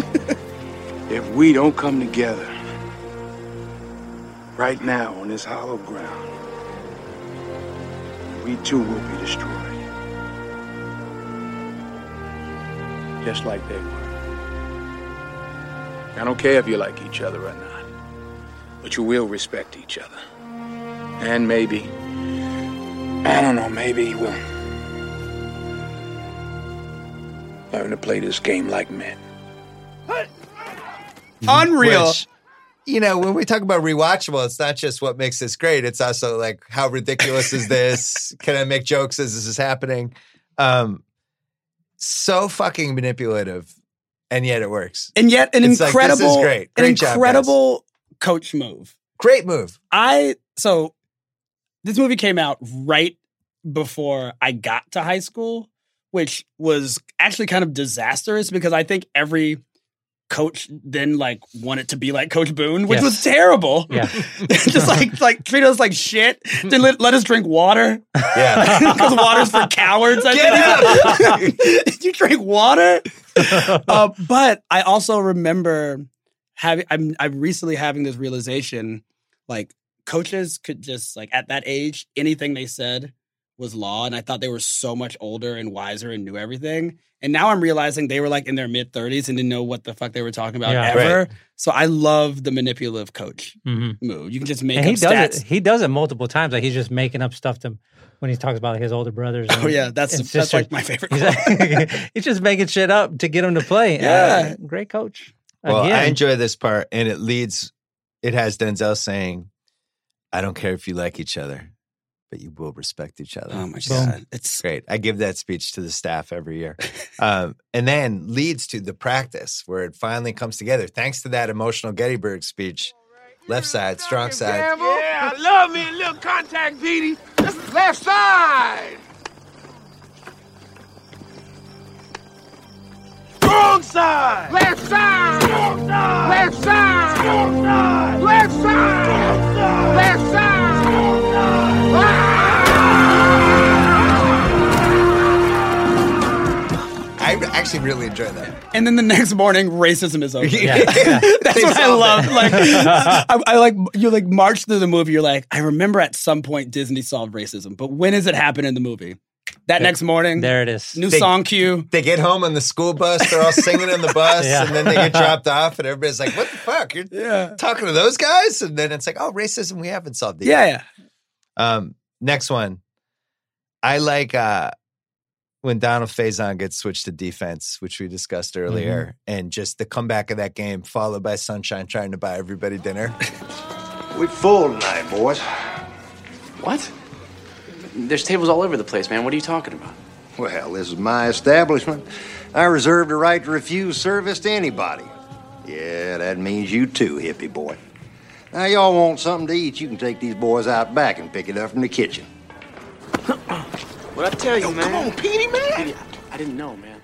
S2: If we don't come together right now on this hollow ground, we too will be destroyed. Just like they were. I don't care if you like each other or not, but you will respect each other. And maybe, I don't know, maybe we'll learn to play this game like men.
S8: Unreal.
S1: Which, you know, when we talk about rewatchable, it's not just what makes this great. It's also like how ridiculous is this? Can I make jokes as this is happening? Um, so fucking manipulative, and yet it works.
S8: and yet an
S1: It's like, this is
S8: incredible,
S1: great.
S8: an
S1: Great job, guys.
S8: incredible coach move.
S1: Great move.
S8: I so this movie came out right before I got to high school, which was actually kind of disastrous because I think every coach then like wanted to be like Coach Boone, which
S7: Yes.
S8: was terrible.
S7: Yeah.
S8: Just like like treat us like shit. Then let, let us drink water
S1: Yeah.
S8: because water's for cowards. I
S1: Get
S8: think. you drink water. Uh, but I also remember having. I'm I'm recently having this realization, like coaches could just like at that age, anything they said was law, and I thought they were so much older and wiser and knew everything. And now I'm realizing they were like in their mid 30s and didn't know what the fuck they were talking about
S7: Yeah.
S8: ever. So I love the manipulative coach
S7: hmm
S8: move. You can just make
S7: And he
S8: up
S7: does
S8: stats.
S7: it. He does it multiple times. Like he's just making up stuff to when he talks about his older brothers. And,
S8: Oh yeah, that's
S7: and
S8: that's
S7: sisters.
S8: like my favorite.
S7: He's,
S8: quote.
S7: like, he's just making shit up to get him to play. Uh,
S8: Yeah.
S7: great coach.
S1: Well, I
S7: Again.
S1: enjoy this part, and it leads. It has Denzel saying, "I don't care if you like each other, but you will respect each other."
S8: Oh my
S1: Just
S8: god, it's
S1: Great. I give that speech to the staff every year. Um, and then leads to the practice where it finally comes together. Thanks to that emotional Gettysburg speech, left side, strong side.
S9: Yeah, I love me a little contact, Petey. This is left side. Strong side. Left side. Strong side. Left side. Strong side. Left side. Left side. Strong side.
S1: I re- actually really enjoy that.
S8: And then the next morning, racism is over.
S7: Yeah.
S8: That's what I love. Like, I, I like you. Like march through the movie. You're like, I remember at some point Disney solved racism, but when does it happen in the movie? That next morning,
S7: there it is.
S8: new
S1: They-
S8: song cue.
S1: They get home on the school bus, they're all singing on the bus,
S7: Yeah.
S1: and then they get dropped off, and everybody's like, What the fuck? You're
S8: Yeah,
S1: talking to those guys? And then it's like, Oh, racism, we haven't solved it. yet."
S8: yeah, yeah.
S1: Um, next one. I like uh, when Donald Faison gets switched to defense, which we discussed earlier,
S7: Mm-hmm.
S1: and just the comeback of that game, followed by Sunshine trying to buy everybody dinner.
S2: We full tonight, boys.
S10: What? There's tables all over the place, man. What are you talking about?
S2: Well, this is my establishment. I reserve the right to refuse service to anybody. Yeah, that means you too, hippie boy. Now, y'all want something to eat, you can take these boys out back and pick it up from the kitchen.
S10: What I tell you, man? Come on,
S2: Petey, man!
S10: I didn't know, man.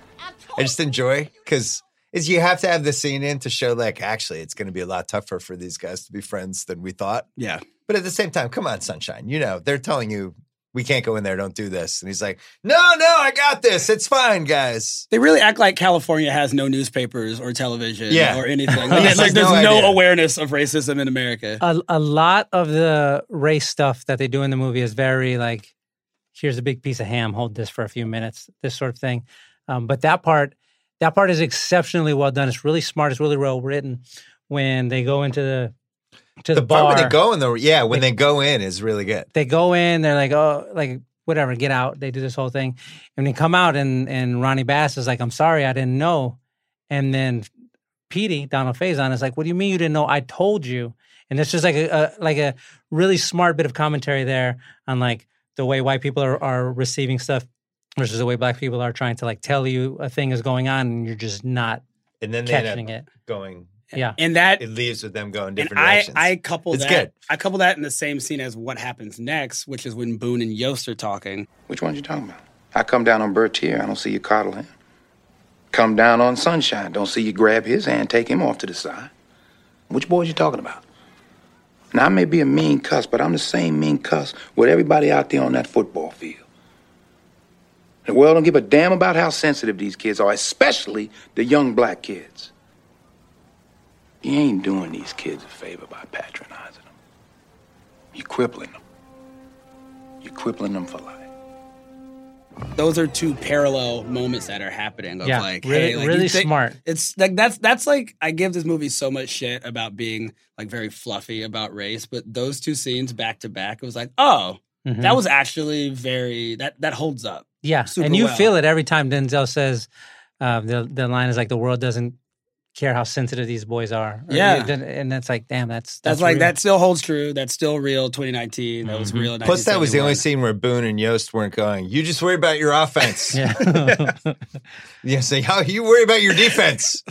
S1: I just enjoy because is you have to have the scene in to show like actually it's going to be a lot tougher for these guys to be friends than we thought.
S8: yeah.
S1: But at the same time, come on, Sunshine, you know they're telling you we can't go in there, don't do this, and he's like, no, no, I got this, it's fine, guys.
S8: They really act like California has no newspapers or television
S1: Yeah.
S8: or anything. Like, it's like
S1: There's
S8: there's
S1: no
S8: no,
S1: idea.
S8: awareness of racism in America.
S7: a, a lot of the race stuff that they do in the movie is very like here's a big piece of ham hold this for a few minutes this sort of thing um, but that part that part is exceptionally well done it's really smart it's really well written when they go into the to the,
S1: part
S7: bar
S1: where they go in the yeah when they go in is really good.
S7: they go in they're like oh like whatever get out they do this whole thing and they come out and and ronnie bass is like i'm sorry i didn't know and then Petey, Donald Faison, is like, "What do you mean you didn't know? I told you." And it's just like a, a like a really smart bit of commentary there on like the way white people are, are receiving stuff versus the way black people are trying to like tell you a thing is going on and you're just not
S1: And then they
S7: catching
S1: end up
S7: it.
S1: going
S7: Yeah,
S8: And that
S1: it leaves with them going
S8: and
S1: different
S8: I,
S1: directions.
S8: I couple
S1: It's
S8: that
S1: good.
S8: I couple that in the same scene as what happens next, which is when Boone and Yost are talking.
S10: Which one you talking about? I come down on Bertier. I don't see you coddle him.
S2: Come down on Sunshine. Don't see you grab his hand, take him off to the side. Which boys you talking about? Now, I may be a mean cuss, but I'm the same mean cuss with everybody out there on that football field. The world don't give a damn about how sensitive these kids are, especially the young black kids. You ain't doing these kids a favor by patronizing them. You're crippling them. You're crippling them for life.
S8: those are two parallel moments that are happening. Of
S7: Yeah,
S8: like,
S7: really-
S8: hey, like,
S7: really
S8: you think-
S7: smart.
S8: It's like that's that's like I give this movie so much shit about being like very fluffy about race, but those two scenes back to back, it was like, oh,
S7: Mhm.
S8: that was actually very that that holds up.
S7: Yeah,
S8: super
S7: and you
S8: well.
S7: feel it every time Denzel says uh, the the line is like the world doesn't care how sensitive these boys are. Or
S8: Yeah.
S7: it doesn't- and that's like damn, that's
S8: That's, like
S7: real.
S8: that still holds true. That's still real. 2019. That was
S7: Mhm.
S8: real. in
S1: Plus, that was the only
S8: 1971.
S1: scene where Boone and Yost weren't going. You just worry about your offense. yeah.
S7: Yeah,
S1: say how you worry about your defense.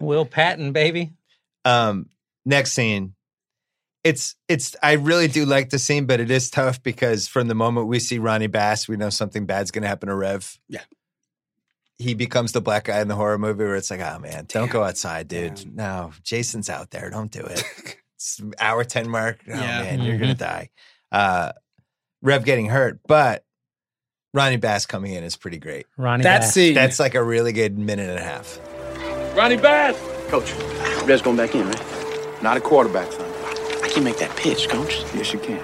S7: Will Patton, baby.
S1: um, next scene. It's it's. I really do like the scene, but it is tough because from the moment we see Ronnie Bass, we know something bad's going to happen to Rev.
S8: Yeah.
S1: He becomes the black guy in the horror movie where it's like, oh man, don't go outside, dude. No, Jason's out there. Don't do it. it's hour 10 mark. Oh
S8: Yeah.
S1: man, you're going to die. Uh, Rev getting hurt, but Ronnie Bass coming in is pretty great.
S7: Ronnie.
S8: that
S7: Bass.
S8: scene.
S1: That's like a really good minute and a half.
S2: Ronnie Bass!
S10: Coach, Rev's going back in, right?
S2: Not a quarterback, son.
S10: I can make that pitch, coach.
S2: Yes, you can.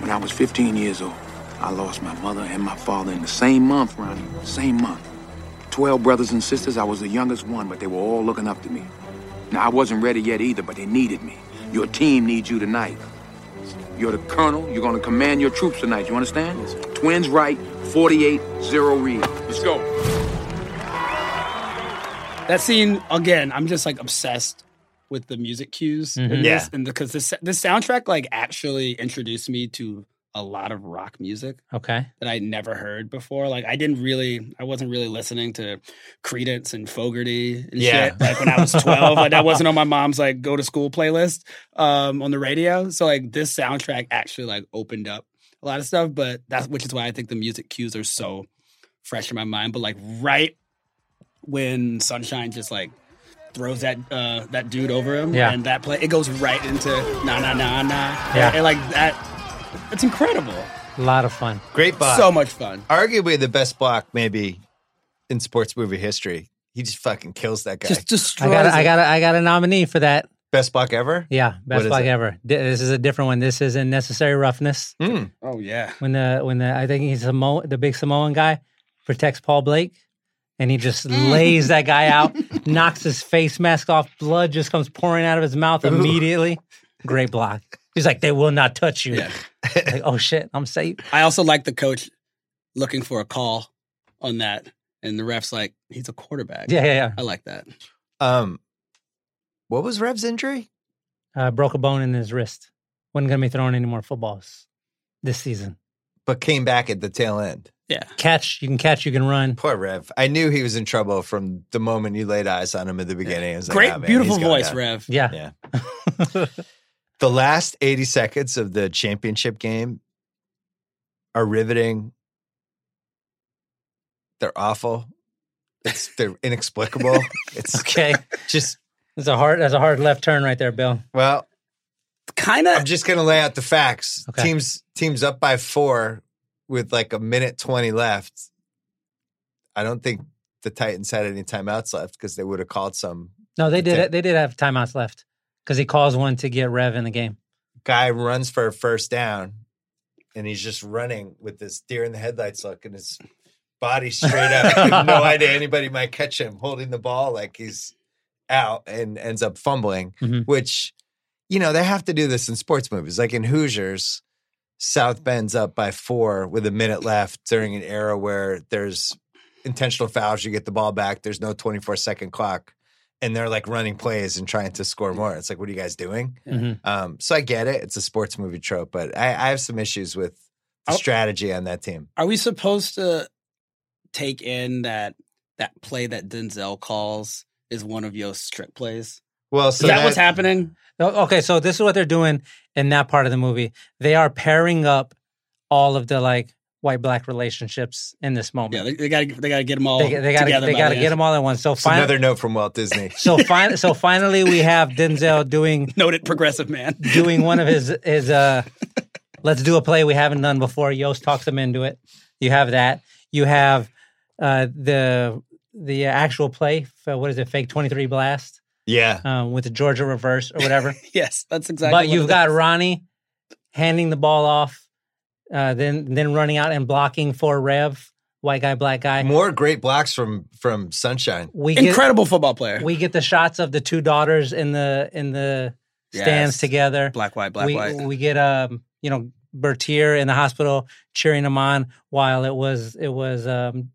S2: When I was 15 years old, I lost my mother and my father in the same month, Ronnie. Same month. Twelve brothers and sisters. I was the youngest one, but they were all looking up to me. Now, I wasn't ready yet either, but they needed me. Your team needs you tonight. You're the colonel. You're going to command your troops tonight. You understand? Twins right, 48 0 read. Let's go.
S8: That scene again. I'm just like obsessed with the music cues.
S7: Mm-hmm.
S8: in this,
S1: Yeah.
S8: and because this this soundtrack like actually introduced me to a lot of rock music
S7: Okay.
S8: that I never heard before. Like I didn't really, I wasn't really listening to Credence and Fogerty and
S1: Yeah.
S8: shit. Like when I was twelve, like that wasn't on my mom's like go to school playlist um, on the radio. So like this soundtrack actually like opened up a lot of stuff. But that's which is why I think the music cues are so fresh in my mind. But like right when Sunshine just like throws that uh that dude over him
S7: Yeah.
S8: and that play it goes right into na na na na
S7: Yeah.
S8: and like that it's incredible
S7: A lot of fun.
S1: Great Bob.
S8: so much fun
S1: arguably the best block maybe in sports movie history. He just fucking kills that guy.
S8: just
S7: I
S8: destroys
S7: got.
S8: it.
S7: I got. I got a nominee for that.
S1: best block ever.
S7: Yeah,
S1: What
S7: best
S1: is
S7: block
S1: it?
S7: ever. Di- This is a different one. This is in Necessary Roughness
S1: Mm.
S8: oh yeah
S7: when the when the I think he's Samo- the big Samoan guy protects Paul Blake. And he just lays that guy out, knocks his face mask off. Blood just comes pouring out of his mouth immediately. Great block. He's like, "They will not touch you."
S8: Yeah.
S7: like, oh shit, I'm safe.
S8: i also like the coach looking for a call on that and the ref's like he's a quarterback
S7: Yeah, yeah,
S8: i like that
S1: Um, what was Rev's injury?
S7: yeah. Uh, broke a bone in his wrist. wasn't gonna be throwing any more footballs this season.
S1: But came back at the tail end.
S8: yeah
S7: Catch, you can catch, you can run.
S1: Poor Rev. I knew he was in trouble from the moment you laid eyes on him at the beginning. I was like,
S8: great
S1: "Ah, man,
S8: beautiful
S1: he's going
S8: voice
S1: down."
S8: rev
S7: Yeah,
S1: Yeah. the last 80 seconds of the championship game are riveting. They're awful. It's they're inexplicable. It's
S7: Okay,
S1: just
S7: that's a hard, that's a hard left turn right there, Bill.
S1: well,
S8: kind
S1: I'm
S8: of
S1: just gonna lay out the facts.
S7: Okay.
S1: Teams teams up by four with like a minute twenty left. I don't think the Titans had any timeouts left because they would have called some
S7: No, they did.
S1: Okay.
S7: it. They did have timeouts left because he calls one to get Rev in the game.
S1: guy runs for a first down, and he's just running with this deer in the headlights look and his body straight up. You have no idea anybody might catch him holding the ball like he's out and ends up fumbling,
S7: Mhm.
S1: which you know they have to do this in sports movies, like in Hoosiers. South Bend's up by four with a minute left during an era where there's intentional fouls. You get the ball back. There's no 24 second clock, and they're like running plays and trying to score more. It's like, what are you guys doing?
S7: Mhm.
S1: Um, so I get it. It's a sports movie trope, but I, I have some issues with the
S8: Oh.
S1: strategy on that team.
S8: are we supposed to take in that that play that denzel calls is one of Yost's trick plays
S1: Well,
S8: is
S1: so
S8: that what's happening
S7: Oh, Okay, so this is what they're doing in that part of the movie. They are pairing up all of the like white black relationships in this moment.
S8: Yeah, they, they gotta they gotta get them all.
S7: they, they gotta
S8: together
S7: they
S8: by
S7: gotta
S8: the
S7: get
S8: end.
S7: them all at once. So
S1: It's another
S7: finally,
S1: note from Walt Disney.
S7: so fin- so finally, we have Denzel doing
S8: Noted progressive man.
S7: doing one of his his uh let's do a play we haven't done before yost talks him into it you have that you have uh the the actual play uh, what is it fake 23 blast
S1: yeah.
S7: um, with the georgia reverse or whatever
S8: yes, that's exactly.
S7: but
S8: what
S7: you've
S8: it
S7: got
S8: is.
S7: ronnie handing the ball off uh then then running out and blocking for rev white guy black guy
S1: More great blocks from from Sunshine.
S7: we get
S8: incredible football player.
S7: we get the shots of the two daughters in the in the stands
S8: Yes.
S7: together
S8: black white black
S7: we,
S8: white.
S7: We get um, you know, Bertier in the hospital cheering him on while it was it was um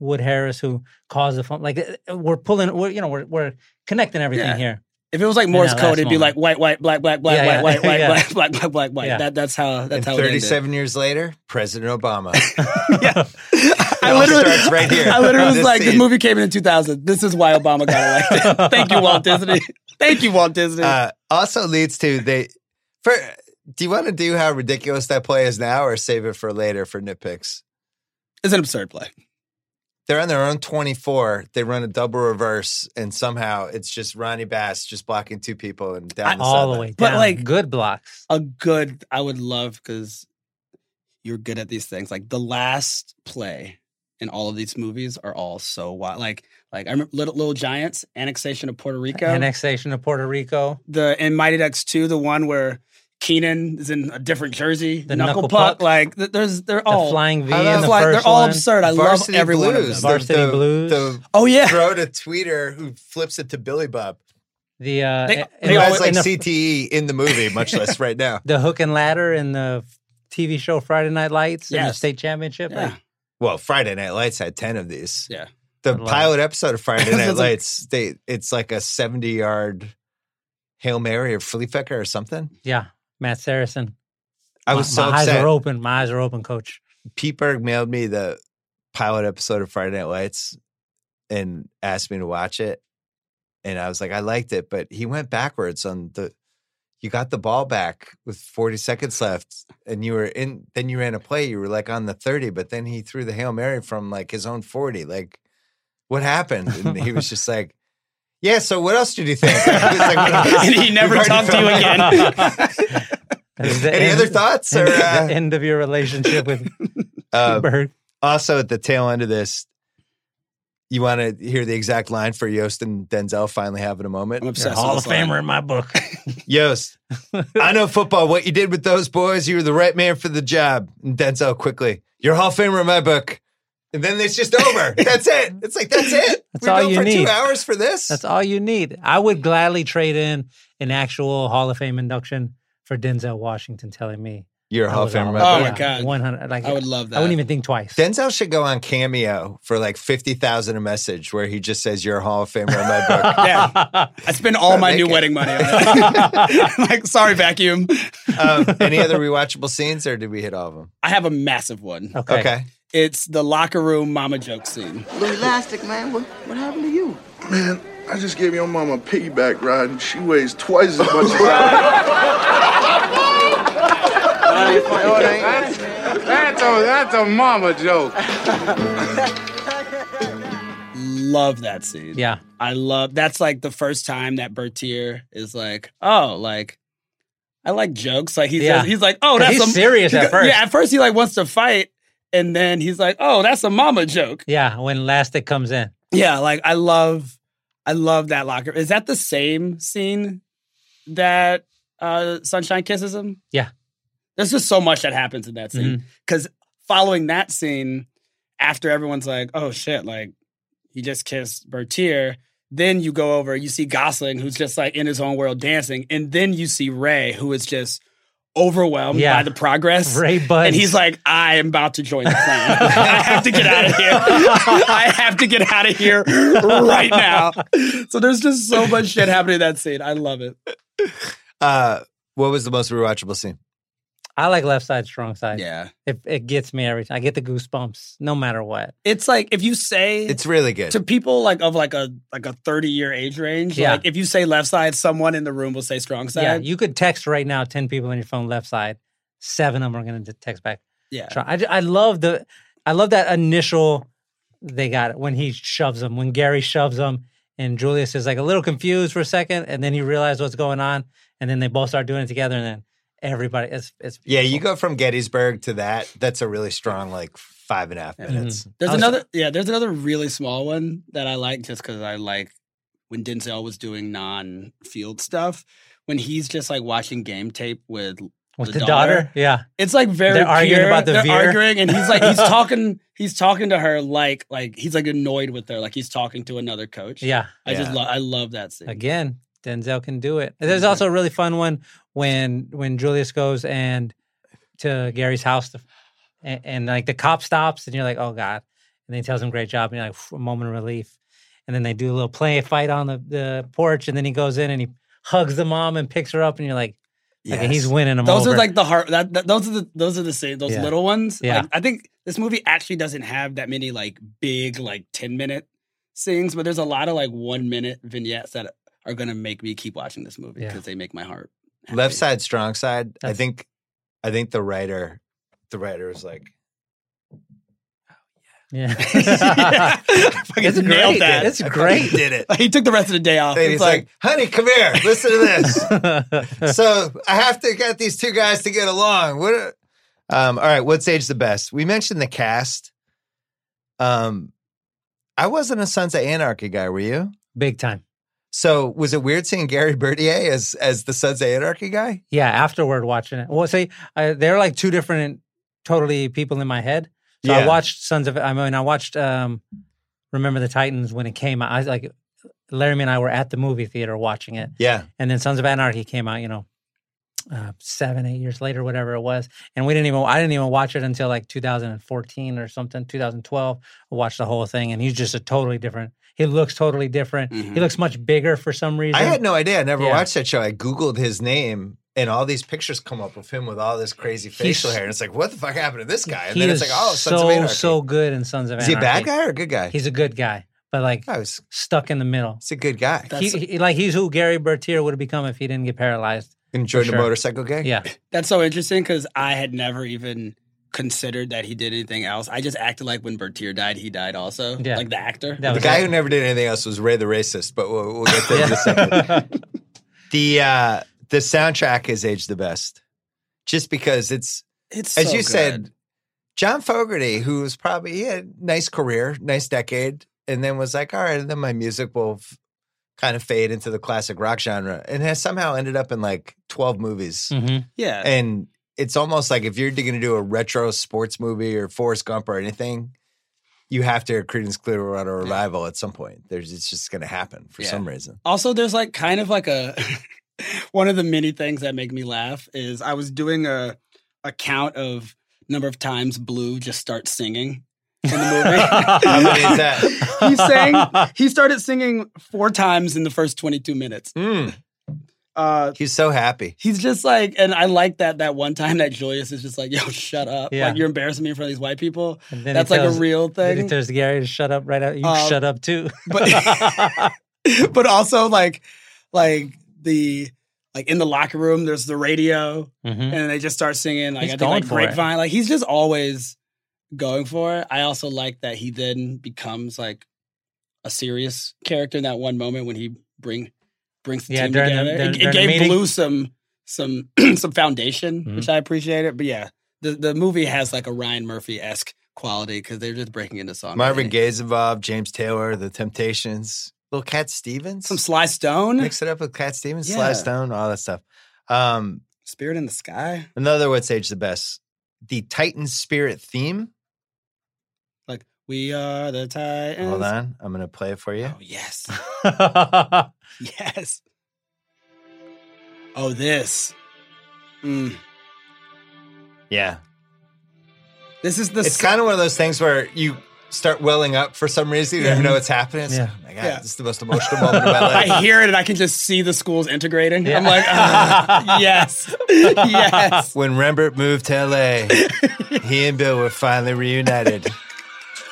S7: Wood Harris who caused the phone. Like uh, we're pulling, we're you know, we're we're connecting everything
S8: Yeah.
S7: here.
S8: if it was like
S7: in
S8: Morse
S7: that
S8: code,
S7: last
S8: it'd be like
S7: moment.
S8: white white black black black
S7: Yeah, yeah.
S8: white white
S7: Yeah.
S8: white black black black black white.
S7: Yeah.
S8: That that's how that's
S1: And
S8: how. it ended.
S1: 37 years later, President Obama.
S8: I
S1: all
S8: literally
S1: starts right here.
S8: I literally was
S1: This
S8: like, this
S1: scene.
S8: movie came in in 2000. This is why Obama got elected. Thank you, Walt Disney. Thank you, Walt Disney.
S1: uh, also leads to they. For do you want to do how ridiculous that play is now, or save it for later for nitpicks?
S8: it's an absurd play.
S1: They're on their own 24. They run a double reverse, and somehow it's just Ronnie Bass just blocking two people and down the
S7: All the
S1: sideline.
S7: way.
S8: But,
S7: down.
S8: like-
S7: good blocks.
S8: A good, I would love because you're good at these things. Like the last play in all of these movies are all so wild. Like, like I remember Little, Little Giants, Annexation of Puerto Rico.
S7: Annexation of Puerto Rico.
S8: the in Mighty Ducks 2, the one where Keenan is in a different jersey,
S7: The
S8: knuckle,
S7: knuckle
S8: puck.
S7: puck.
S8: Like, th- there's they're
S7: The
S8: all
S7: flying V
S1: I
S7: in
S1: love
S7: the
S8: Oh, fly-
S7: first
S8: they're all
S7: one.
S8: absurd. I love
S1: Varsity
S8: every one of
S1: Blues,
S8: them.
S1: the-
S7: Varsity
S1: the-
S7: Blues.
S1: The
S8: Oh yeah,
S1: throw to tweeter who flips it to Billy Bob.
S7: The uh,
S8: They-
S7: in
S8: they
S1: Who
S7: the-
S1: has
S8: always-
S7: in
S1: like
S7: the,
S1: CTE in the movie, much less right now.
S7: the hook and ladder in the TV show Friday Night Lights in the
S8: Yes.
S7: state championship.
S8: Yeah.
S7: Like,
S1: Well, Friday Night Lights had 10 of these.
S8: Yeah.
S1: The
S7: I love
S1: pilot episode of Friday
S8: That's
S1: Night
S8: what-
S1: Lights, they it's like a 70 yard Hail Mary or flea fecker or something.
S7: yeah. Matt Saracen.
S1: I was
S7: my,
S1: so
S7: my eyes
S1: upset.
S7: are open. My eyes are open, coach.
S1: Pete Berg mailed me the pilot episode of Friday Night Lights and asked me to watch it. And I was like, I liked it, but he went backwards on the you got the ball back with 40 seconds left and you were in then you ran a play, you were like on the 30, but then he threw the Hail Mary from like his own 40. Like, what happened? And he was just like, Yeah, so what else did you think? He was like, "What-
S8: And he never
S1: we've already
S8: talked to you
S1: filmed it."
S8: again.
S7: Is the
S1: Any
S7: end-
S1: other thoughts? Or,
S7: end-
S1: uh,
S7: the end of your relationship with
S1: uh,
S7: Berg.
S1: also at the tail end of this, you want to hear the exact line for Yost and Denzel finally having a
S8: I'm
S1: moment.
S7: You're a
S8: obsessed.
S7: Hall of
S8: with this line.
S7: Famer in my book.
S1: Yost, I know football. What you did with those boys, you were the right man for the job. And Denzel quickly, you're a Hall of Famer in my book. And then it's just over. That's it. It's like that's it.
S7: That's
S1: we're
S7: all
S1: going
S7: you
S1: for
S7: need.
S1: two hours for this.
S7: That's all you need. I would gladly trade in an actual Hall of Fame induction for Denzel Washington telling me
S1: you're a
S7: I
S1: Hall of
S7: was
S1: Famer. in my
S7: all-
S8: Oh
S1: book.
S8: my God.
S7: one hundred. Like
S8: I would love that.
S7: I wouldn't even think twice.
S1: Denzel should go on Cameo for like fifty thousand a message, where he just says, "You're a Hall of Famer in my book."
S8: Yeah. I spend all my
S1: Make
S8: new
S1: it.
S8: wedding money on it. like, sorry, vacuum.
S1: um, any other rewatchable scenes, or did we hit all of them?
S8: I have a massive one.
S7: okay.
S1: okay.
S8: It's the locker room mama joke scene.
S11: Elastic man, what, what happened to you?
S3: Man, I just gave your mom a piggyback ride and she weighs twice as much as I
S2: That's a, that's a mama joke.
S8: Love that scene.
S7: Yeah.
S8: I love that's like the first time that Bertier is like, oh, like I like jokes. Like he's
S7: Yeah.
S8: he's like, oh, that's
S7: He's
S8: a-
S7: serious
S8: he
S7: at
S8: go-
S7: first.
S8: Yeah, at first he like wants to fight, and then he's like, oh, that's a mama joke.
S7: Yeah. When Elastic comes in,
S8: Yeah, like I love, I love that locker. Is that the same scene that uh Sunshine kisses him?
S7: Yeah. Mm-hmm.
S8: there's just so much that happens in that scene. Because following that scene, after everyone's like, "Oh shit!" Like he just kissed Bertier. Then you go over, you see Gosling, who's just like in his own world dancing, and then you see Ray, who is just overwhelmed
S7: Yeah.
S8: by the progress.
S7: Ray Buds.
S8: And he's like, I am about to join the clan. I have to get out of here. I have to get out of here right now. So there's just so much shit happening in that scene. I love it.
S1: Uh, what was the most rewatchable scene?
S7: I like left side, strong side.
S8: Yeah.
S7: It, it gets me every time. I get the goosebumps no matter what.
S8: It's like if you say
S1: It's really good.
S8: to people like of like a like a 30 year age range,
S7: Yeah.
S8: like if you say left side, someone in the room will say strong
S7: Yeah.
S8: side.
S7: You could text right now 10 people on your phone left side. Seven of them are going to text back
S8: Yeah.
S7: try. I, ju- I love the I love that initial they got it when he shoves him when Gary shoves him and Julius is like a little confused for a second and then he realizes what's going on and then they both start doing it together and then everybody it's it's
S1: Yeah, you go from Gettysburg to that. That's a really strong, like five and a half minutes.
S8: There's
S7: I was-
S8: another, yeah. There's another really small one that I like just because I like when Denzel was doing non-field stuff when he's just like watching game tape with
S7: with the, daughter. yeah
S8: It's like very
S7: They're arguing
S8: pure.
S7: about the
S8: They're
S7: veer.
S8: arguing, and he's like he's talking he's talking to her like like he's like annoyed with her, like he's talking to another coach.
S7: yeah
S8: I just
S1: Yeah.
S8: love I love that scene.
S7: again denzel can do it there's also a really fun one when when julius goes and to gary's house to, and, and like the cop stops and you're like oh god and then he tells him great job and you're like "Phew," a moment of relief and then they do a little play fight on the, the porch and then he goes in and he hugs the mom and picks her up and you're like okay, he's winning him
S8: Those
S7: over.
S8: are like the heart. That, that- those are the those are the same. Those
S7: Yeah.
S8: little ones.
S7: Yeah.
S8: Like, I think this movie actually doesn't have that many like big like ten minute scenes, but there's a lot of like one minute vignettes that are gonna make me keep watching this movie
S7: Yeah.
S8: because they make my heart. happy.
S1: Left side, strong side. I
S7: That's-
S1: think, I think the writer, the writer is like,
S7: yeah
S8: yeah. I fucking
S7: It's
S8: nailed
S7: great.
S8: that.
S7: It's
S1: I fucking
S7: great.
S1: did it.
S8: He took the rest of the day off.
S1: And he's
S8: It's
S1: like,
S8: like,
S1: honey, come here, listen to this. so I have to get these two guys to get along. What? are- Um, all right, what's age the best? We mentioned the cast. Um, I wasn't a Sons of Anarchy guy. Were you?
S7: big time
S1: So was it weird seeing Gary Bertier as as the Sons of Anarchy guy?
S7: Yeah, afterward watching it. Well, see, I, they're like two different, totally people in my head. So
S1: Yeah.
S7: I watched Sons of. I mean, I watched um, Remember the Titans when it came out. I was like, Laramie and I were at the movie theater watching it,
S1: Yeah,
S7: and then Sons of Anarchy came out. You know, uh, seven, eight years later, whatever it was, and we didn't even. I didn't even watch it until like 2014 or something, 2012. I watched the whole thing, and he's just a totally different. He looks totally different. He
S8: Mhm.
S7: looks much bigger for some reason.
S1: Mm-hmm. I had no idea. I never
S7: Yeah.
S1: watched that show. I googled his name, and all these pictures come up of him with all this crazy facial hair. And it's like, what the fuck happened to this guy? And
S7: he
S1: then it's
S7: is
S1: like, oh, Sons
S7: so
S1: of Anarchy.
S7: so good in Sons of
S1: is
S7: Anarchy.
S1: he a bad guy or a good guy?
S7: He's a good guy, but like
S1: I was,
S7: stuck in the middle.
S1: he's a good guy.
S7: He, he- like he's who Gary Bertier would have become if he didn't get paralyzed.
S1: Enjoyed the
S7: sure.
S1: motorcycle gang.
S7: Yeah,
S8: That's so interesting because I had never even considered that he did anything else. I just acted like when Bertier died, he died also.
S7: Yeah.
S8: Like the actor.
S7: That
S1: The
S7: was
S1: guy
S7: it.
S1: who never did anything else was Ray the Racist, but we'll, we'll get there in a second.
S7: Yeah.
S1: The uh, the soundtrack is aged the best, just because it's
S8: It's
S1: as
S8: so
S1: you
S8: good.
S1: said, John Fogerty, who was probably he had a nice career, nice decade, and then was like, all right, and then my music will f- kind of fade into the classic rock genre, and has somehow ended up in like twelve movies,
S8: Mm.
S7: Mhm.
S8: Yeah.
S1: and it's almost like if you're going to do a retro sports movie or Forrest Gump or anything. You have to Creedence Clearwater Revival at some point. There's it's just going to happen for
S8: Yeah.
S1: some reason.
S8: also there's like kind of like a one of the many things that make me laugh is I was doing a a count of number of times Blue just starts singing in the movie.
S1: How many is that?
S8: he sang he started singing four times in the first 22 minutes.
S1: Mm,
S8: Uh
S1: he's so happy.
S8: He's just like, and I like that that one time that Julius is just like, "Yo, shut up!
S7: Yeah.
S8: Like you're embarrassing me in front of these white people."
S7: And then
S8: That's
S7: he
S8: like a
S7: tells-
S8: real
S7: then He
S8: thing.
S7: tells Gary to shut up right out. You
S8: Um,
S7: shut up too.
S8: But but also like like the like in the locker room, there's the radio,
S7: Mhm.
S8: and they just start singing like
S7: He's
S8: I think
S7: going
S8: like
S7: for it.
S8: grapevine. Like he's just always going for it. I also like that he then becomes like a serious character in that one moment when he bring brings the
S7: Yeah,
S8: team
S7: during the-
S8: together.
S7: during-
S8: it,
S7: during
S8: it
S7: the
S8: gave
S7: meeting. Mm-hmm.
S8: Blue some some some foundation, which I appreciated. But yeah, the the movie has like a Ryan Murphy esque quality because they're just breaking into songs.
S1: Marvin
S8: And
S1: Gaye's involved, James Taylor, The Temptations, little Cat Stevens.
S8: some Sly Stone,
S1: Mix it up with Cat Stevens, Sly
S8: Yeah.
S1: Stone, all that stuff. Um,
S8: Spirit in the Sky,
S1: another what's age the best? The Titan Spirit theme.
S8: like we are
S1: Oh,
S8: the Titans.
S1: Hold on, I'm gonna play it for you.
S8: Oh yes, yes. Oh, this. Mm.
S1: Yeah,
S8: This is the
S1: it's
S8: se-
S1: kind of one of those things where you start welling up for some reason. You don't even know what's happening. It's like,
S7: Yeah.
S1: oh my god,
S8: Yeah.
S1: this is the most emotional moment of my life.
S8: I hear it and I can just see the schools integrating.
S7: Yeah.
S8: I'm like, ah, yes, yes.
S1: When Rembert moved to LA, he and Bill were finally reunited.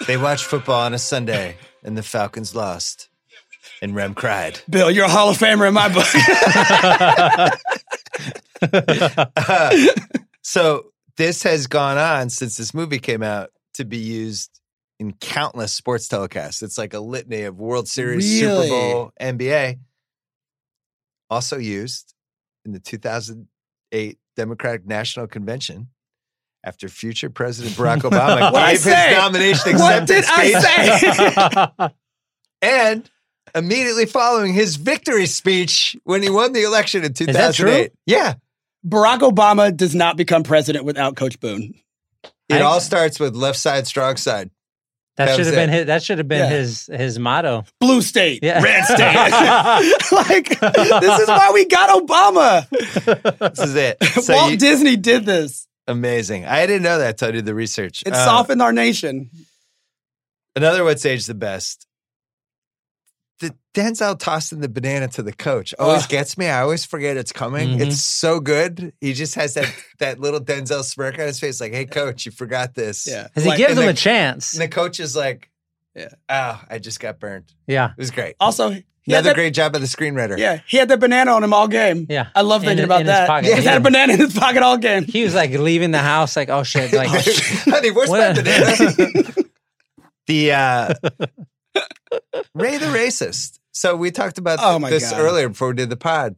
S1: They watched football on a Sunday, and the Falcons lost. And Rem cried.
S8: Bill, you're a Hall of Famer in my book.
S1: So this has gone on since this movie came out to be used in countless sports telecasts. It's like a litany of World Series, Super
S8: Really?
S1: Bowl, NBA. Also used in the 2008 Democratic National Convention after future President Barack Obama
S8: What'd I
S1: gave
S8: say?
S1: his nomination acceptance
S8: What did
S1: speech.
S8: I say?
S1: And immediately following his victory speech when he won the election in 2008.
S7: that true?
S1: Yeah.
S8: Barack Obama does not become president without Coach Boone.
S1: It
S7: I-
S1: all starts with left side, strong side.
S7: That
S1: That
S7: should
S1: was
S7: have been
S1: it.
S7: his. That should have been
S8: Yeah.
S7: his his motto.
S8: Blue state,
S7: Yeah.
S8: red state. like this is why we got Obama.
S1: This is it. So
S8: Walt
S1: you-
S8: Disney did this.
S1: amazing. I didn't know that till I did the research.
S8: It
S1: Uh,
S8: softened our nation.
S1: Another What's Age the Best. The Denzel tossing the banana to the coach always
S8: Ugh. Mm-hmm.
S1: gets me. I always forget it's coming.
S7: Mhm.
S1: It's so good. He just has that that little Denzel smirk on his face, like, "Hey, coach, you forgot this."
S8: Yeah.
S7: 'Cause he
S8: Like-
S7: gives
S1: and
S7: him
S1: the-
S7: a chance.
S1: And the coach is like,
S8: Yeah.
S1: "Oh, I just got burned."
S7: yeah.
S1: It was great.
S8: Also, he had
S1: Another
S8: that,
S1: great job by the screenwriter.
S8: Yeah, he had that banana on him all game.
S7: Yeah.
S8: I love
S7: In-
S8: thinking about
S7: in his
S8: that.
S7: pocket.
S8: He had
S7: Yeah.
S8: a banana in his pocket all game.
S7: He was like leaving the house, like, oh shit, like,
S1: Honey, where's my
S7: What-
S1: banana? the uh, Ray the Racist. So we talked about
S8: Oh my
S1: this
S8: God.
S1: earlier before we did the pod.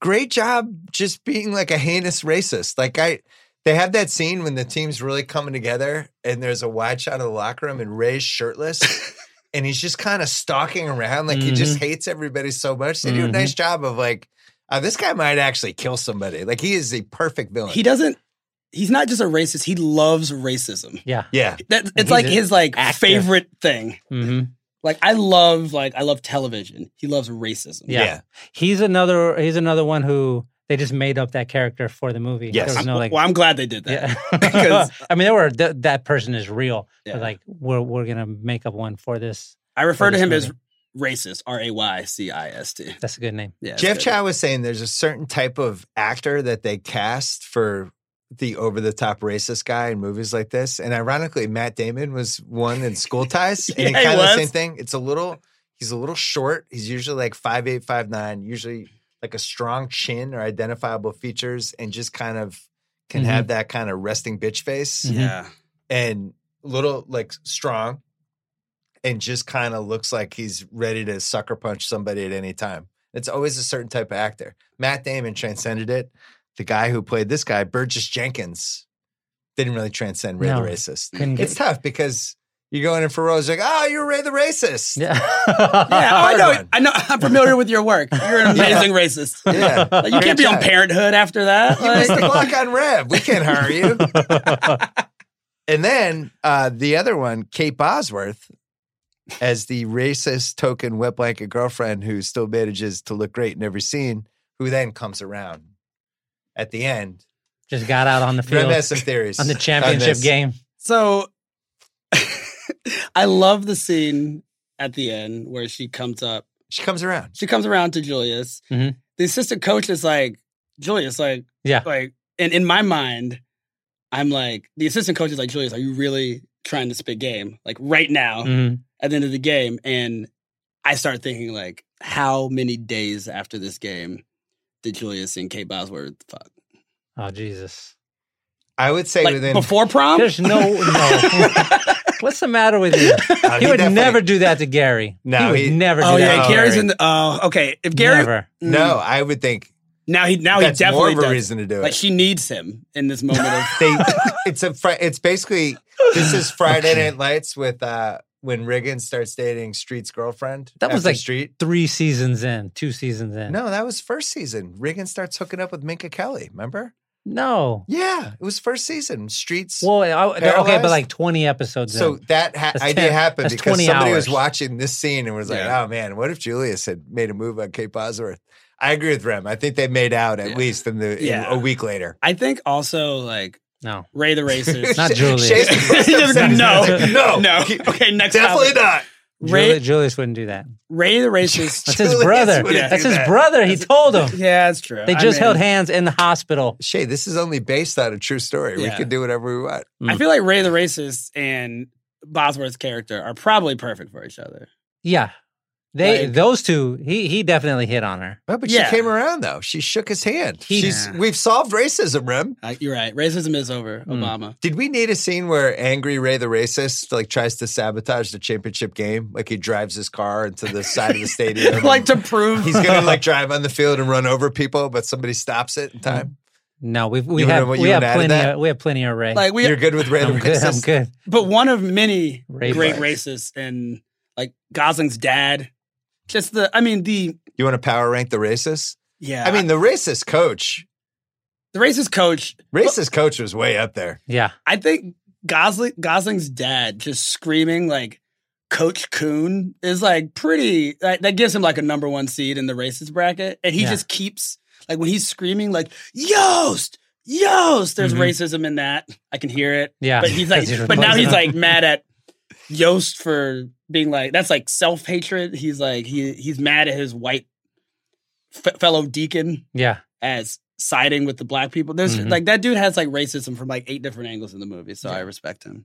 S1: Great job just being like a heinous racist. Like I they have that scene when the team's really coming together and there's a wide shot of the locker room and Ray's shirtless and he's just kind of stalking around like he just hates everybody so much. They do a
S7: Mhm.
S1: nice job of like, uh, this guy might actually kill somebody. Like he is the perfect villain.
S8: He doesn't. He's not just a racist. He loves racism.
S7: yeah.
S1: yeah.
S8: That
S7: He's
S8: it's like
S7: an
S8: his like
S7: actor.
S8: favorite thing.
S7: hmm
S8: Like I love like I love television. He loves racism.
S7: yeah,
S1: Yeah.
S7: He's another. He's another one who they just made up that character for the movie.
S1: Yes.
S7: There was no like.
S8: well, I'm glad they did that.
S7: yeah.
S8: because-
S7: I mean, there were th- that person is real.
S8: Yeah.
S7: But like, we're we're gonna make up one for this.
S8: I refer
S7: For
S8: to
S7: this
S8: him as
S7: movie.
S8: racist. R A Y C I S T.
S7: That's a good name.
S8: Yeah, it's
S1: Jeff
S8: good.
S1: Chow was saying there's a certain type of actor that they cast for the over the top racist guy in movies like this. And ironically, Matt Damon was one in school ties. And
S8: Yeah, he
S1: kind of the
S8: was.
S1: same thing. It's a little he's a little short. He's usually like five eight, five nine, usually like a strong chin or identifiable features, and just kind of can
S8: Mm-hmm.
S7: Mhm.
S1: have that kind of resting bitch face
S8: Yeah.
S1: and little like strong and just kind of looks like he's ready to sucker punch somebody at any time. It's always a certain type of actor. Matt Damon transcended it. The guy who played this guy, Burgess Jenkins, didn't really transcend Ray
S7: No.
S1: the Racist.
S7: Couldn't
S1: It's
S7: get.
S1: tough because you go in and for roles like, oh, you're Ray the Racist.
S7: Yeah.
S8: Yeah, oh, I
S1: Hard
S8: know.
S1: one.
S8: I know. I'm familiar with your work. You're an
S1: Yeah.
S8: amazing racist.
S1: Yeah.
S8: Like, you can't be on
S1: Great job.
S8: Parenthood after that.
S1: You missed
S8: Like,
S1: the clock on Rev. We can't hire you. and then uh, the other one, Kate Bosworth, as the racist token wet blanket girlfriend who still manages to look great in every scene, who then comes around at the end.
S7: just got out on the
S1: Graham
S7: field
S1: has some theories
S7: on the
S1: on
S7: championship
S1: this.
S7: game.
S8: so I love the scene at the end where she comes up.
S1: She comes around.
S8: She comes around to Julius.
S1: Mm-hmm.
S7: Mhm.
S8: The assistant coach is like, Julius, like,
S7: Yeah.
S8: like, and in my mind, I'm like, the assistant coach is like, Julius, are you really trying to spit game? Like right now.
S1: Mm.
S7: Mhm.
S8: at the end of the game and i start thinking like how many days after this game did julius and kate bosworth fuck
S7: Oh Jesus!
S1: I would say
S8: like
S1: within.
S8: before prom
S7: There's no no. What's the matter with you?
S1: Oh,
S7: He would
S1: definitely-
S7: never do that to Gary.
S1: No,
S7: he would
S1: he-
S7: never. Do
S8: oh
S7: that
S8: yeah
S1: No,
S7: to
S8: gary's
S1: Gary.
S8: in the oh okay if gary
S7: Never.
S8: Mm,
S1: No, I would think
S8: now he now
S1: that's
S8: he
S1: more
S8: definitely
S1: of a
S8: does.
S1: reason to do it.
S8: like she needs him in this moment of
S1: they it's a fri- it's basically this is Friday Night Lights with uh when Riggins starts dating Street's girlfriend.
S7: That was
S1: after
S7: like-
S1: Street.
S7: Three seasons in, two seasons in.
S1: No, that was first season. Riggins starts hooking up with Minka Kelly. Remember?
S7: no.
S1: Yeah, it was first season. Streets.
S7: Well, I, okay,
S1: Paralyzed?
S7: but like twenty episodes.
S1: so
S7: in.
S1: that ha-
S7: That's
S1: idea
S7: 10
S1: happened
S7: that's
S1: because
S7: 20
S1: somebody was
S7: hours.
S1: watching this scene and was like,
S8: Yeah.
S1: "Oh man, what if Julius had made a move on Kate Bosworth?" I agree with Rem. I think they made out at
S8: Yeah.
S1: least in the in
S8: Yeah.
S1: a week later.
S8: i think also like
S7: no,
S8: ray the racist
S7: Not Julius.
S1: Shay's the first
S8: Just
S1: upset.
S8: no
S1: no,
S8: no okay next
S1: definitely
S8: topic.
S1: not.
S7: Juli-
S8: ray,
S7: Julius wouldn't do that.
S8: ray the racist
S7: That's his
S1: Julius
S7: brother.
S1: wouldn't
S8: Yeah.
S7: That's
S1: do
S7: his
S1: that.
S7: brother. He told him.
S8: yeah that's true
S7: They
S8: I
S7: just
S8: mean,
S7: held hands in the hospital.
S1: Shay, this is only based on a true story. We
S8: Yeah.
S1: can do whatever we want.
S8: I feel like Ray the Racist and Bosworth's character are probably perfect for each other.
S7: Yeah, They
S8: Like-
S7: those two, he he definitely hit on her.
S1: Well, but
S8: Yeah.
S1: she came around though. She shook his hand.
S7: He-
S1: She's we've solved racism, Rem.
S8: Uh, you're right. Racism is over,
S7: Hmm.
S8: Obama.
S1: Did we need a scene where angry Ray the racist like tries to sabotage the championship game? Like he drives his car into the side of the stadium.
S8: like to prove
S1: he's gonna like drive on the field and run over people, but somebody stops
S8: Mm.
S1: it in time.
S7: No, we've, we
S1: You would've-
S7: have
S1: you
S7: we have
S1: would've added
S7: plenty
S1: that?
S7: of, we have plenty of Ray.
S8: like we
S1: You're good with Ray the
S7: I'm good. I'm
S1: racist.
S7: good.
S8: but one of many
S7: Ray
S8: great
S7: bias.
S8: racists and like Gosling's dad. Just the I mean the
S1: You want to power rank the racist?
S8: yeah
S1: I mean, the racist coach.
S8: the racist coach
S1: Racist coach was way up there.
S7: Yeah.
S8: I think Gosling Gosling's dad just screaming like Coach Coon is like pretty that, that gives him like a number one seed in the racist bracket. And he
S7: Yeah.
S8: just keeps like when he's screaming like Yost, Yost, there's
S1: Mm-hmm.
S7: Mhm.
S8: racism in that. I can hear it.
S7: Yeah.
S8: But he's
S7: 'Cause
S8: like but now
S7: close
S8: he's
S7: enough.
S8: like mad at Yost for being like that's like self hatred. He's like he he's mad at his white f- fellow deacon
S7: Yeah.
S8: as siding with the black people. There's
S7: Mhm.
S8: like that dude has like racism from like eight different angles in the movie, so I respect him.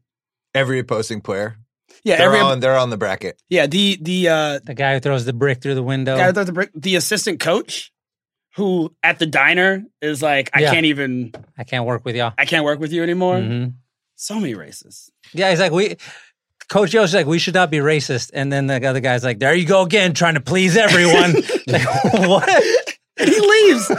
S1: Every opposing player.
S8: Yeah,
S1: They're,
S8: every
S1: on, they're on the bracket.
S8: yeah the the uh,
S7: The guy who throws the brick through the window.
S8: guy with the brick, the assistant coach who at the diner is like, I
S7: Yeah.
S8: can't even,
S7: I can't work with y'all.
S8: I can't work with you anymore.
S7: Mhm.
S8: So many racists.
S7: Yeah, he's like we. Coach Yo's like, we should not be racist. And then the other guy's like, there you go again, trying to please everyone. like, what?
S8: And he leaves.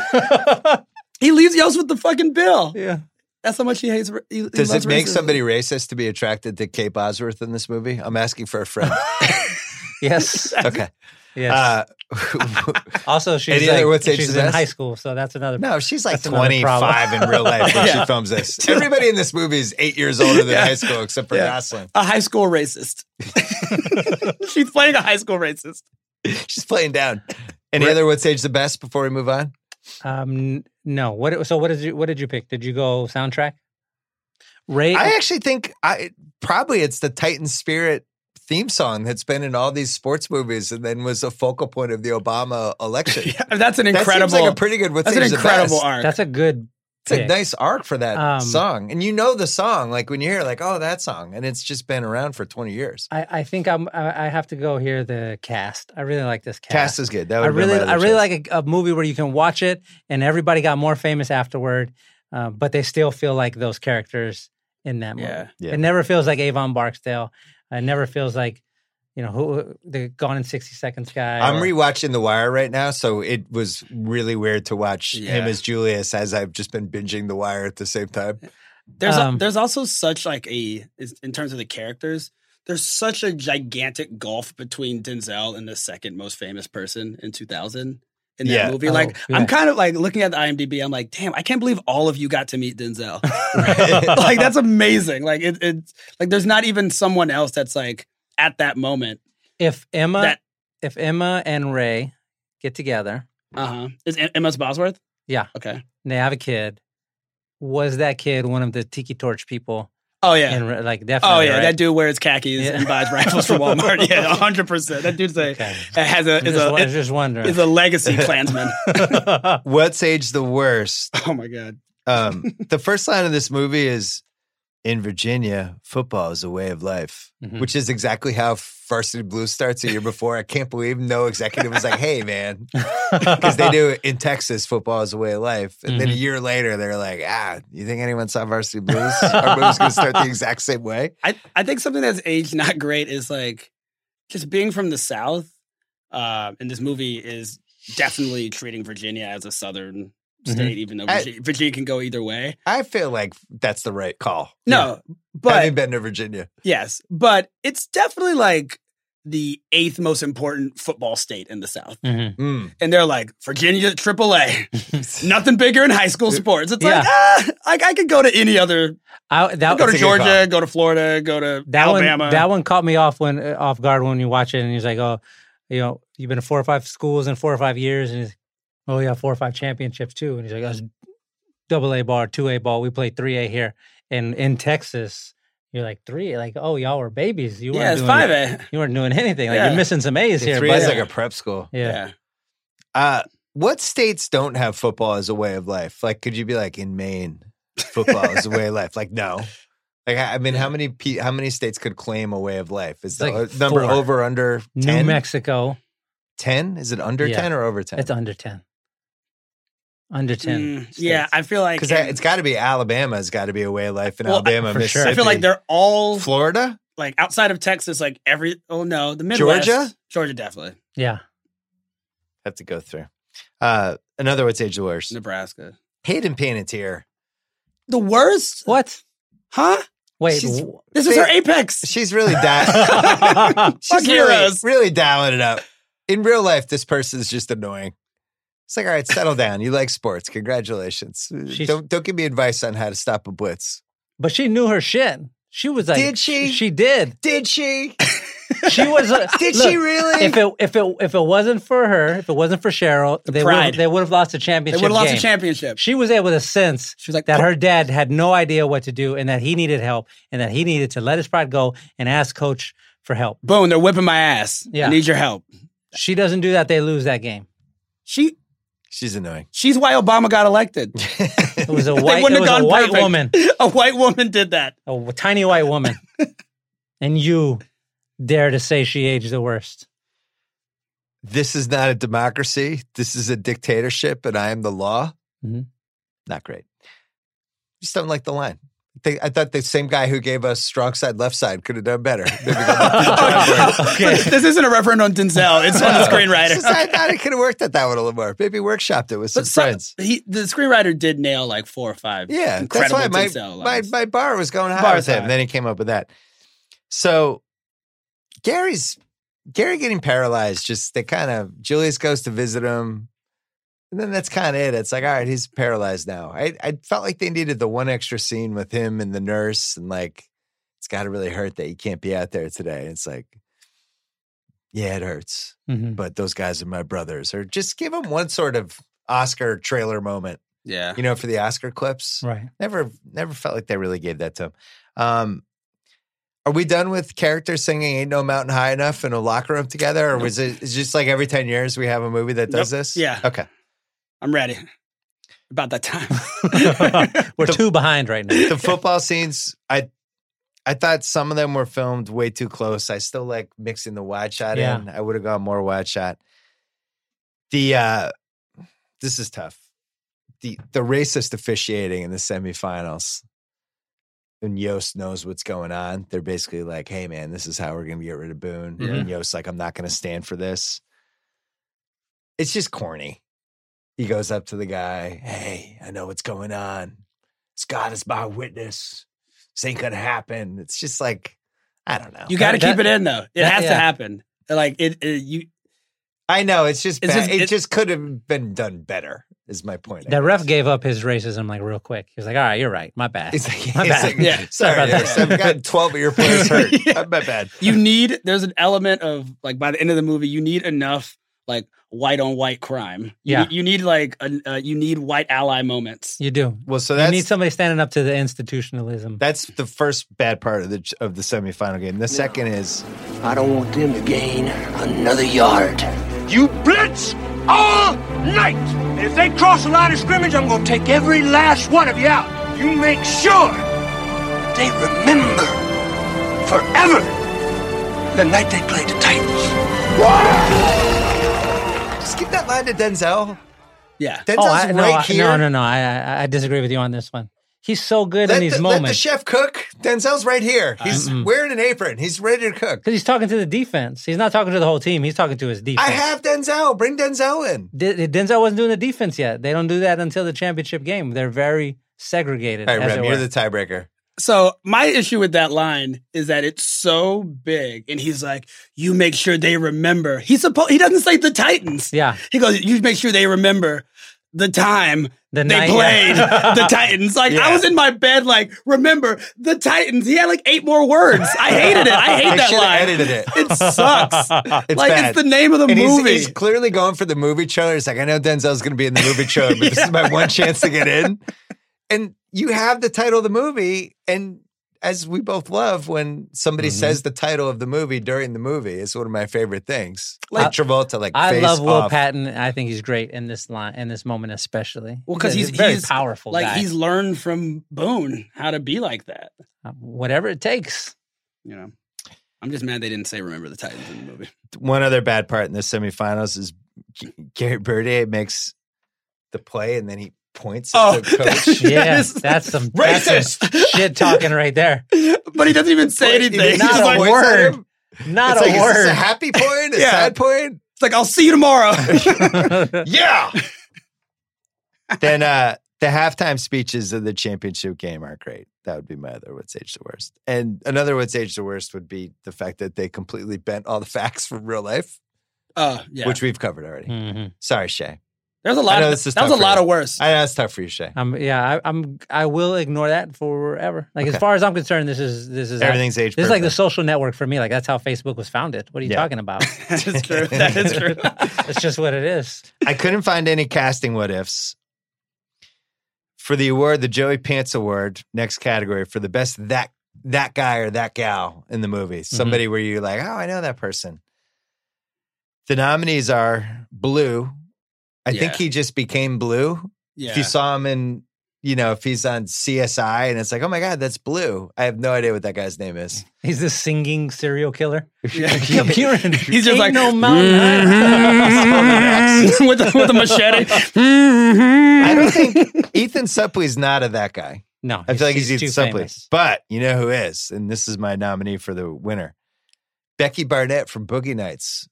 S8: he leaves Yost with the fucking bill.
S7: Yeah.
S8: That's how much he hates. ra- He, he
S1: Does
S8: loves
S1: it make
S8: racism.
S1: somebody racist to be attracted to Kate Bosworth in this movie? I'm asking for a friend.
S7: Yes.
S1: Okay.
S7: Yes.
S1: Uh,
S7: also, she's,
S1: any
S7: like,
S1: other- what's age
S7: she's
S1: is
S7: in
S1: this?
S7: high school, so that's another.
S1: no, she's like
S7: That's another
S1: 25 in real life when
S8: Yeah.
S1: she films this. Everybody in this movie is eight years older than
S8: Yeah.
S1: high school except for
S8: Yeah.
S1: Gosling.
S8: A high school racist. She's playing a high school racist.
S1: She's playing down. Any other what's age the best before we move on?
S7: Um, n- no. What? So what did you? What did you pick? Did you go soundtrack? Ray.
S1: I actually think I probably it's the Titan Spirit theme song that's been in all these sports movies and then was a focal point of the Obama election.
S8: That's an
S1: That
S8: incredible.
S1: seems like a pretty good what's
S8: that's
S1: age
S8: an
S1: the
S8: incredible
S1: best.
S8: arc.
S7: that's a good.
S1: It's a
S7: pick.
S1: nice arc for that
S7: Um,
S1: song. And you know the song, like when you hear like, oh, that song. And it's just been around for 20 years.
S7: I, I think I'm. I, I have to go here. The cast. I really like this cast.
S1: Cast is good. That
S7: I
S1: would
S7: really, I really like a, a movie where you can watch it and everybody got more famous afterward, uh, but they still feel like those characters in that movie.
S8: Yeah.
S1: Yeah.
S7: It never feels like Avon Barksdale. It never feels like, you know, who the Gone in sixty seconds guy.
S1: I'm
S7: or-
S1: rewatching The Wire right now, so it was really weird to watch him
S8: Yeah.
S1: as Julius as I've just been binging The Wire at the same time.
S8: There's a-
S7: Um,
S8: there's also such like a is- in terms of the characters. There's such a gigantic gulf between Denzel and the second most famous person in 2000 in that
S1: Yeah.
S8: movie.
S7: Oh,
S8: like
S7: yeah.
S8: I'm kind of like looking at the IMDb. I'm like, damn, I can't believe all of you got to meet Denzel. like that's amazing. Like it, it's like there's not even someone else that's like at that moment.
S7: if Emma,
S8: that
S7: if Emma and Ray get together
S8: uh huh is Em- Emma Bosworth.
S7: Yeah.
S8: Okay.
S7: and they have a kid, was that kid one of the Tiki Torch people?
S8: Oh yeah.
S7: And re- like definitely.
S8: Oh yeah,
S7: right?
S8: that dude wears khakis
S7: Yeah.
S8: and buys rifles from Walmart. Yeah, hundred percent. That dude's a
S7: Okay.
S8: has a
S7: I'm
S8: is
S7: just,
S8: a
S7: wa- I was just wondering.
S8: is a legacy Klansman.
S1: What's age the worst?
S8: oh my god.
S1: Um, the first line of this movie is in Virginia, football is a way of life,
S7: Mhm.
S8: Mm-hmm.
S1: which is exactly how Varsity Blue starts a year before. I can't believe no executive was like, hey, man, because they do it in Texas. Football is a way of life, and then a
S7: Mhm.
S8: Mm-hmm.
S1: year later, they're like, "Ah, you think anyone saw Varsity Blues? Our movie's gonna start the exact same way."
S8: I, I think something that's aged not great is like just being from the South. Uh, and this movie is definitely treating Virginia as a Southern
S7: Mm-hmm.
S8: state, even though
S1: I-
S8: Virginia, Virginia can go either way.
S1: I feel like that's the right call.
S8: No,
S1: but
S8: but
S1: having been to Virginia,
S8: yes, but it's definitely like the eighth most important football state in the South.
S7: Mhm.
S1: Mm.
S8: and they're like Virginia AAA, nothing bigger in high school sports. It's like
S7: Yeah.
S8: ah, I, I could go to any other.
S7: I, that
S8: I go
S7: was
S8: to Georgia, go to Florida, go to
S7: that
S8: Alabama.
S7: one that one caught me off when uh, off guard when you watch it and he's like oh you know you've been to four or five schools in four or five years and he's oh yeah four or five championships too and he's like that's double a bar two a ball we play three a here and in texas you're like three like oh y'all were babies you weren't
S8: yeah, it's
S7: doing
S8: five A.
S7: you weren't doing anything like
S8: Yeah.
S7: you're missing some a's here
S1: three
S7: but
S1: is like a prep school.
S7: yeah.
S1: Uh, what states don't have football as a way of life? Like, could you be like in Maine, football is a way of life? Like, no. Like, I I mean, how many pe- how many states could claim a way of life? Is
S7: It's
S1: the uh,
S7: like
S1: number
S7: four.
S1: over under
S7: new
S1: ten?
S7: mexico
S1: 10? Is it under
S7: Yeah.
S1: 10 or over 10?
S7: It's under 10. Under 10.
S8: Mm, yeah, I feel like
S1: Because it's got to be Alabama. It's got to be a way of life in
S8: Well, I-
S1: Alabama,
S7: for sure.
S1: Mississippi.
S8: I feel like they're all
S1: Florida.
S8: like outside of Texas, like every oh no, the Midwest,
S1: Georgia?
S8: Georgia definitely,
S7: Yeah.
S1: Have to go through. Uh, another what's age the worst?
S8: Nebraska,
S1: Hayden Panettiere.
S8: the worst,
S7: What?
S8: huh?
S7: Wait.
S1: She's-
S7: wh-
S8: This is her apex.
S1: She's really dialing.
S8: Fuck
S1: she's really,
S8: heroes.
S1: really dialing it up. In real life, this person's just annoying. It's like, all right, settle down. You like sports. Congratulations. Uh,
S7: She's-
S1: don't don't give me advice on how to stop a blitz.
S7: but she knew her shit. She was like,
S1: Did she?
S7: She did.
S1: Did she?
S7: She was. A,
S1: Did
S7: look,
S1: she really?
S7: If it if it if it wasn't for her, if it wasn't for Cheryl, they would
S8: pride.
S7: they would have lost the
S8: They
S7: championship.
S8: would have lost the
S7: game.
S8: championship.
S7: She was able to sense
S8: She was like,
S7: that
S8: "Fuck."
S7: her dad had no idea what to do, and that he needed help, and that he needed to let his pride go and ask coach for help.
S8: Boom, they're whipping my ass.
S7: Yeah.
S8: I need your help.
S7: She doesn't do that; they lose that game.
S8: She
S1: she's annoying.
S8: she's why Obama got elected.
S7: It was a
S8: They
S7: white,
S8: wouldn't
S7: it was
S8: have
S7: a
S8: gone
S7: white
S8: perfect.
S7: woman,
S8: a white woman did that.
S7: a w- tiny white woman, and you dare to say she aged the worst.
S1: This is not a democracy. This is a dictatorship, and I am the law.
S7: Mhm.
S1: Not great. Just don't like the line. They, I thought the same guy who gave us strong side, left side could have done better. Maybe go back to the drawing board.
S8: this isn't a referendum on Denzel. It's on the
S1: It's just, I
S8: screenwriter.
S1: thought I could have worked at that one a little more. Maybe workshopped it with some
S8: But so-
S1: friends.
S8: he, the screenwriter did nail like four or five.
S1: Yeah, that's
S8: incredible
S1: why my,
S8: Denzel
S1: my
S8: lines.
S1: my bar was going high
S8: Bar
S1: with
S8: was
S1: him.
S8: high.
S1: Then he came up with that. So Gary's Gary getting paralyzed. Just they kind of Julius goes to visit him, and then that's kind of it. It's like all right, he's paralyzed now. I I felt like they needed the one extra scene with him and the nurse, and like it's got to really hurt that he can't be out there today. It's like. Yeah, it hurts,
S7: Mhm.
S1: but those guys are my brothers. Or just give him one sort of Oscar trailer moment,
S8: yeah.
S1: you know, for the Oscar clips.
S7: Right.
S1: Never, never felt like they really gave that to him. Um, are we done with characters singing "Ain't No Mountain High Enough" in a locker room together, or was it it's just like every ten years we have a movie that does
S8: Nope.
S1: this?
S8: Yeah.
S1: Okay.
S8: I'm ready. About that time.
S7: We're two behind right now.
S1: The football scenes, I, I thought some of them were filmed way too close. I still like mixing the wide shot
S7: Yeah.
S1: in. I would have gone more wide shot. The uh this is tough. The the racist officiating in the semifinals. And Yost knows what's going on. They're basically like, hey man, this is how we're gonna get rid of Boone. And Yost's like, I'm not gonna stand for this. It's just corny. He goes up to the guy, hey, I know what's going on. God is my witness. This ain't gonna happen. It's just like, I don't know.
S8: you got to
S7: That-
S8: keep it in though. It
S7: that-
S8: has
S7: yeah.
S8: to happen. Like it, it you
S1: I know it's just
S8: It's
S1: bad.
S8: just-
S1: it
S8: it-
S1: just could have been done better. Is my point. I
S7: That ref
S1: guess.
S7: gave up his racism like real quick. He was like, "All right, you're right. My bad.
S1: It's like,
S7: My
S1: it's
S7: bad.
S1: like,
S8: Yeah.
S1: sorry,
S7: Sorry about
S1: nurse,
S7: that.
S1: I've got twelve of your players hurt.
S8: Yeah.
S1: Uh, My bad.
S8: you need there's an element of like by the end of the movie you need enough like white on white crime. You
S7: Yeah.
S8: need- you need like an uh, you need white ally moments.
S7: You do.
S1: Well, so
S7: You
S1: that's
S7: need somebody standing up to the institutionalism."
S1: that's the first bad part of the of the semifinal game. The second is
S5: I don't want them to gain another yard.
S9: You blitz all night. And if they cross the line of scrimmage, I'm gonna take every last one of you out. You make sure that they remember forever the night they played the Titans.
S1: just give that line to Denzel.
S8: Yeah.
S1: Denzel's
S7: oh, I, no,
S1: right
S7: I,
S1: here.
S7: no, no, no. I, I I disagree with you on this one. He's so good
S1: Let
S7: in these
S1: the, let the
S7: moments
S1: chef cook. Denzel's right here. He's wearing an apron. He's ready to cook.
S7: because he's talking to the defense. He's not talking to the whole team. He's talking to his defense.
S1: I have Denzel. Bring Denzel in.
S7: D- Denzel wasn't doing the defense yet. They don't do that until the championship game. They're very segregated.
S1: All right,
S7: as
S1: Rem,
S7: it
S1: you're
S7: were.
S1: the tiebreaker.
S8: So my issue with that line is that it's so big, and he's like, "You make sure they remember." He supposed he doesn't say the Titans.
S7: yeah.
S8: He goes, "You make sure they remember the time
S7: The
S8: they
S7: night-
S8: played the Titans." Like
S1: Yeah.
S8: I was in my bed, like, "Remember the Titans." He had like eight more words. I hated it. I hate
S1: They
S8: that
S1: should
S8: line.
S1: have edited it.
S8: It sucks.
S1: It's
S8: like
S1: bad.
S8: it's the name of the
S1: and he's-
S8: movie.
S1: He's, clearly going for the movie trailer. It's like, I know Denzel's going to be in the movie trailer, but this is my one chance to get in. And you have the title of the movie. And as we both love, when somebody says the title of the movie during the movie, it's one of my favorite things. Like Travolta, like
S7: I
S1: face
S7: love Will
S1: off.
S7: Patton. I think he's great in this line, in this moment especially.
S8: well, because he's,
S7: a very
S8: he's-
S7: powerful.
S8: Like
S7: guy.
S8: he's learned from Boone how to be like that.
S7: whatever it Uh, takes.
S8: You know, I'm just mad they didn't say "Remember the Titans" in the movie.
S1: One other bad part in the semifinals is G- Gary Birdie makes the play and then he points at
S8: Oh,
S1: the coach.
S7: Yeah, that's some that's some shit talking right there.
S8: But he doesn't even say anything. He's
S7: Not
S8: just
S7: a
S8: like-
S1: points at
S7: word.
S1: him.
S7: Not
S1: it's
S7: a
S1: like, Is this
S7: word.
S1: a happy point? A
S8: Yeah.
S1: sad point?
S8: It's like I'll see you tomorrow.
S1: Yeah. then uh, the halftime speeches of the championship game are great. That would be my other what's age the worst. And another what's age the worst would be the fact that they completely bent all the facts from real life,
S8: uh, yeah.
S1: which we've covered already.
S7: Mhm.
S1: Sorry, Shay.
S8: There's a
S1: I
S8: lot.
S1: know
S8: Of,
S1: this is
S8: that was a
S1: tough for
S8: lot
S1: you.
S8: of worse.
S1: I know it's tough for you, Shay.
S7: I'm, yeah, I, I'm. I will ignore that forever. Like
S1: Okay.
S7: as far as I'm concerned, this is this is
S1: Everything's age.
S7: This is like the
S1: perfect.
S7: social network for me. Like that's how Facebook was founded. What are you
S1: Yeah.
S7: talking about?
S8: that is true. That is true.
S7: That's just what it is.
S1: I couldn't find any casting what ifs. For the award, the Joey Pants Award, next category for the best that that guy or that gal in the movie.
S8: Mm-hmm.
S1: Somebody where you're like, oh, I know that person. The nominees are Blue. I think
S8: Yeah.
S1: he just became Blue.
S8: yeah.
S1: If you saw him in, you know, if he's on CSI and it's like, oh my God, that's Blue. I have no idea what that guy's name is.
S7: He's this singing serial killer.
S8: Yeah.
S7: Keep hearing.
S8: He's just
S7: Ain't
S8: like,
S7: no mountain high.
S8: with the, with the machete.
S1: I don't think Ethan Suplee's not a that guy.
S7: no,
S1: I feel like he's,
S7: too
S1: Ethan Suplee.
S7: famous.
S1: But you know who is, and this is my nominee for the winner. Becky Barnett from Boogie Nights.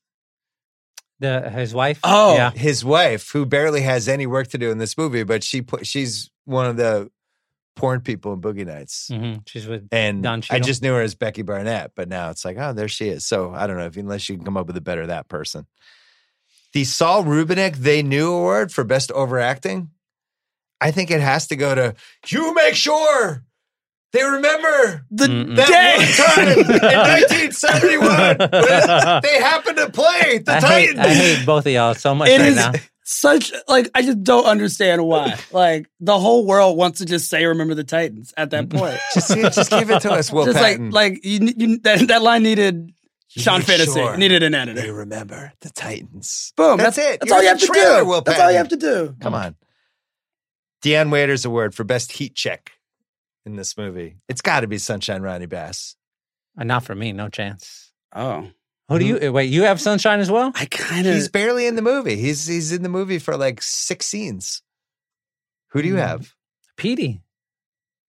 S7: The, his wife.
S8: Oh.
S7: yeah.
S1: His wife, who barely has any work to do in this movie, but she put, she's one of the porn people in Boogie Nights.
S7: Mhm. She's with.
S1: And
S7: Don
S1: I
S7: Cheadle.
S1: just knew her as Becky Barnett, but now it's like, oh, there she is. So I don't know if unless you can come up with a better that person. The Saul Rubinek They Knew Award for Best Overacting. I think it has to go to you make sure they remember
S8: The
S7: Mm-mm.
S1: that
S8: day.
S1: one time in 1971 when they happened to play the
S7: I hate,
S1: Titans.
S7: I hate both of y'all so much
S8: It
S7: right
S8: is-
S7: now.
S8: Such like I just don't understand why. Like the whole world wants to just say "Remember the Titans" at that point.
S1: just, just give it to us, Will
S8: just like
S1: Patton.
S8: like you, ne- you that, that line needed
S1: You
S8: Sean
S1: make
S8: Fantasy
S1: sure
S8: needed an editor.
S1: they remember the Titans.
S8: Boom.
S1: That's it.
S8: That's
S1: You're
S8: all you
S1: the
S8: have to
S1: trailer,
S8: do.
S1: Will
S8: that's all
S1: Patton.
S8: you have to do.
S1: Come on. Deanne Waiters Award for Best Heat Check in this movie. It's got to be Sunshine Ronnie Bass.
S7: Uh, Not for me. No chance.
S8: Oh,
S7: Who do you
S1: Mm-hmm.
S7: uh, wait? You have sunshine as well.
S8: I kind of.
S1: He's barely in the movie. He's he's in the movie for like six scenes. Who
S8: Hmm.
S1: do you have?
S7: Petey,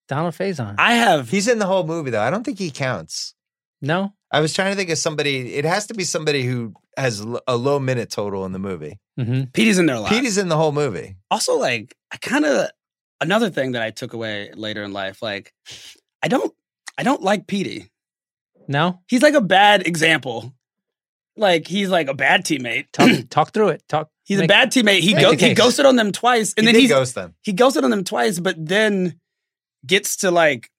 S7: Donald Faison.
S8: I have.
S1: He's in the whole movie though. I don't think he counts.
S7: no.
S1: I was trying to think of somebody. It has to be somebody who has l- a low minute total in the movie.
S7: hmm
S8: Petey's in there a lot.
S1: Pete is in the whole movie.
S8: also like I kind of another thing that I took away later in life. Like I don't I don't like Petey.
S7: No.
S8: He's like a bad example. Like he's like a bad teammate.
S7: Talk, talk through it. Talk.
S8: He's a
S7: make-
S8: bad teammate. He
S7: make
S8: go-
S7: the
S8: he
S7: case.
S8: ghosted on them twice, and
S1: he
S8: then
S1: did
S8: he's
S1: ghost them.
S8: he ghosted on them twice, but then gets to like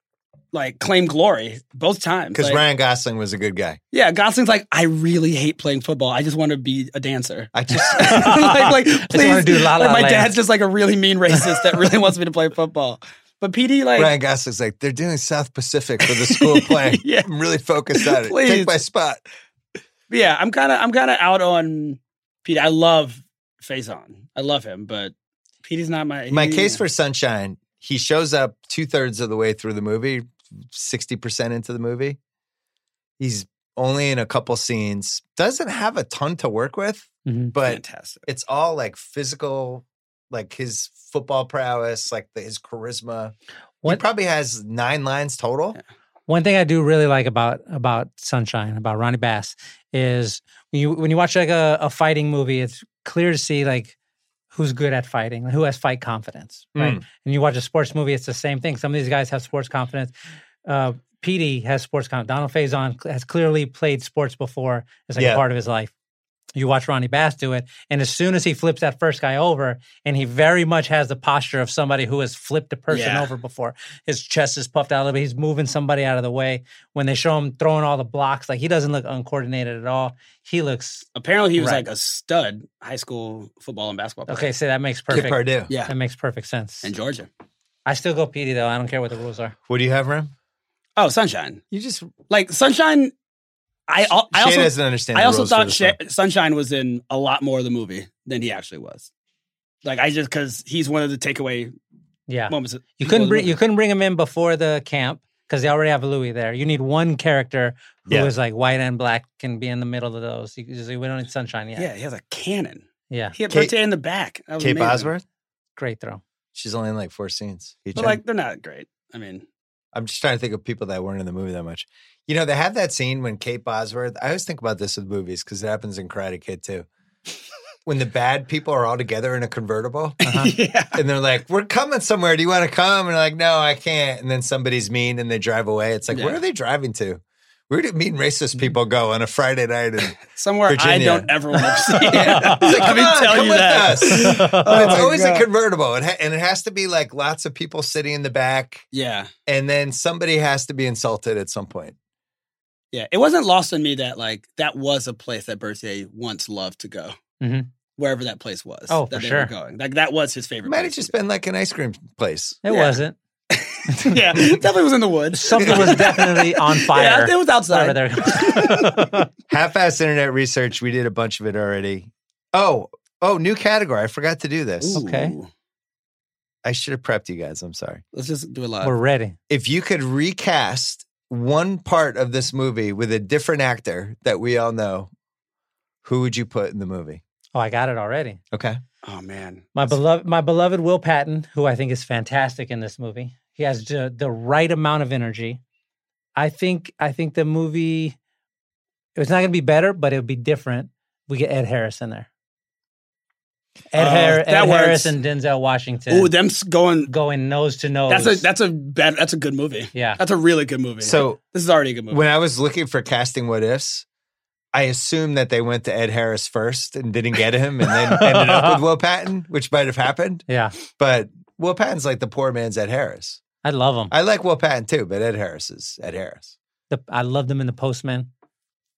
S8: like claim glory both times.
S1: Because
S8: Like,
S1: Ryan Gosling was a good guy.
S8: yeah, Gosling's like I really hate playing football. I just want to be a dancer.
S1: I just
S8: like, like,
S7: just
S8: please,
S7: wanna do La La
S8: like my
S7: Land.
S8: dad's just like a really mean racist that really wants me to play football. But PD, like,
S1: Ryan Gosling's like, they're doing South Pacific for the school play.
S8: Yeah.
S1: I'm really focused on it. Take
S8: Please.
S1: my spot.
S8: yeah, I'm kind of, I'm kind of out on PD. I love Faison. I love him, but PD's not my
S1: My
S8: he-
S1: case for Sunshine, he shows up two thirds of the way through the movie, 60% into the movie. He's only in a couple scenes, doesn't have a ton to work with,
S8: Mm-hmm.
S7: Mhm.
S1: but
S8: fantastic.
S1: it's all like physical, like his football prowess, like the, his charisma. He
S7: What-
S1: probably has nine lines total.
S7: One thing I do really like about about Sunshine, about Ronnie Bass, is when you when you watch like a, a fighting movie, it's clear to see like who's good at fighting, who has fight confidence, right? And you watch a sports movie, it's the same thing. Some of these guys have sports confidence. Uh, Petey has sports confidence. Donald Faison cl- has clearly played sports before. It's like
S1: Yeah.
S7: a part of his life. You watch Ronnie Bass do it, and as soon as he flips that first guy over, and he very much has the posture of somebody who has flipped a person
S8: Yeah.
S7: over before. His chest is puffed out a little bit. He's moving somebody out of the way. When they show him throwing all the blocks, like he doesn't look uncoordinated at all. He looks
S8: Apparently, he was
S7: Right.
S8: like a stud high school football and basketball. Player.
S7: okay. So that makes
S1: Kid
S7: perfect.
S1: Pardue.
S8: yeah,
S7: That makes perfect sense.
S8: in Georgia.
S7: I still go PD though. I don't care what the rules are.
S1: What do you have, Ram?
S8: Oh, Sunshine.
S1: You just
S8: Like Sunshine. I al- I
S1: Shay
S8: also
S1: doesn't understand.
S8: I
S1: the
S8: also
S1: rules for
S8: thought
S1: this
S8: Sha-
S1: one.
S8: Sunshine was in a lot more of the movie than he actually was. Like I just because he's one of the takeaway
S7: Yeah,
S8: moments.
S7: you couldn't bring you couldn't bring him in before the camp. because they already have Louis there. You need one character who is
S1: Yeah.
S7: like white and black can be in the middle of those. You, you- we don't need sunshine yet.
S8: Yeah. he has a cannon.
S7: yeah.
S8: He had
S1: Kate-
S8: Bertha in the back. That was
S1: Kate
S8: amazing.
S1: Bosworth.
S7: Great throw.
S1: She's only in like four scenes. Each
S8: But
S1: end.
S8: like, they're not great. I mean,
S1: I'm just trying to think of people that weren't in the movie that much. You know, they have that scene when Kate Bosworth. I always think about this with movies because it happens in Karate Kid too. when the bad people are all together in a convertible,
S8: yeah.
S1: and they're like, "We're coming somewhere. Do you want to come?" And they're like, "No, I can't." And then somebody's mean, and they drive away. It's like, where
S8: Yeah. Mm-hmm.
S1: are they driving to? Where do mean racist people go on a Friday night? And
S8: Somewhere I
S1: Virginia.
S8: don't ever want to see. it.
S1: It's like,
S8: Let
S1: come
S8: me
S1: on,
S8: tell
S1: come
S8: you
S1: with us.
S8: that. Oh
S1: it's
S8: my
S1: always
S8: God.
S1: a convertible, it ha- and it has to be like lots of people sitting in the back,
S8: Yeah.
S1: and then somebody has to be insulted at some point.
S8: Yeah, it wasn't lost on me that like that was a place that Berthier once loved to go,
S7: Mhm.
S8: wherever that place was.
S7: Oh,
S8: that
S7: for
S8: they
S7: sure.
S8: were going like that was his
S1: It
S8: favorite.
S1: might have
S8: place
S1: just
S8: to
S1: been like an ice cream place.
S7: It
S8: Yeah.
S7: wasn't.
S8: go. yeah, definitely was in the woods.
S7: Something was definitely on fire.
S8: Yeah, it was
S7: Whatever
S8: outside.
S7: they're-
S1: Half-ass internet research. We did a bunch of it already. Oh, oh, new category. I forgot to do this.
S8: Ooh.
S7: Okay.
S1: I should have prepped you guys. I'm sorry.
S8: let's just do a lot.
S7: We're ready.
S1: If you could recast one part of this movie with a different actor that we all know, who would you put in the movie?
S7: Oh, I got it already.
S1: Okay.
S8: Oh man,
S7: My beloved, my beloved Will Patton, who I think is fantastic in this movie. He has the, the right amount of energy. I think I think the movie it's not going to be better, but it would be different. We get Ed Harris in there. Ed,
S8: Oh,
S7: Har- Ed
S8: that
S7: Harris
S8: works.
S7: and Denzel Washington
S8: ooh, them s- going.
S7: going nose to nose.
S8: That's a that's a bad. That's a good movie.
S7: yeah.
S8: That's a really good movie.
S1: So
S8: this is already a good movie.
S1: when I was looking for casting what ifs, I assumed that they went to Ed Harris first and didn't get him, and then ended up with Will Patton, which might have happened.
S7: yeah,
S1: But Will Patton's like the poor man's Ed Harris.
S7: I love him. I,
S1: I like Will Patton too, but Ed Harris is Ed Harris.
S7: the, I loved him in The Postman.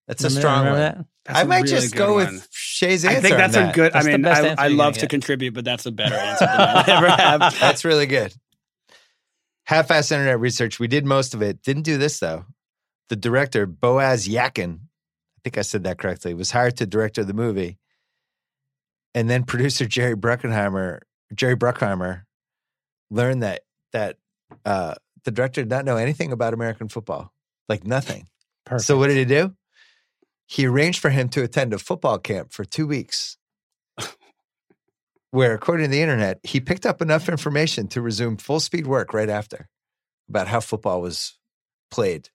S1: That's a
S7: Remember-
S1: strong
S7: remember
S1: one.
S7: that?
S8: That's
S1: I
S8: a
S1: might
S8: really
S1: just
S8: good
S1: go
S8: one.
S1: with Shay's answer.
S8: I think that's
S1: on
S8: a
S1: that.
S8: good.
S7: That's the
S8: I mean,
S7: best
S8: I,
S7: answer
S8: I
S7: you're
S8: love
S7: gonna
S8: to
S7: get.
S8: contribute, but that's a better answer than I ever have.
S1: That's really good. Half-ass internet research. We did most of it. Didn't do this though. The director Boaz Yakin, I think I said that correctly, was hired to director the movie, and then producer Jerry Bruckheimer, Jerry Bruckheimer, learned that that uh, the director did not know anything about American football, like nothing.
S7: Perfect.
S1: So what did he do? He arranged for him to attend a football camp for two weeks, where, according to the internet, he picked up enough information to resume full speed work right after about how football was played.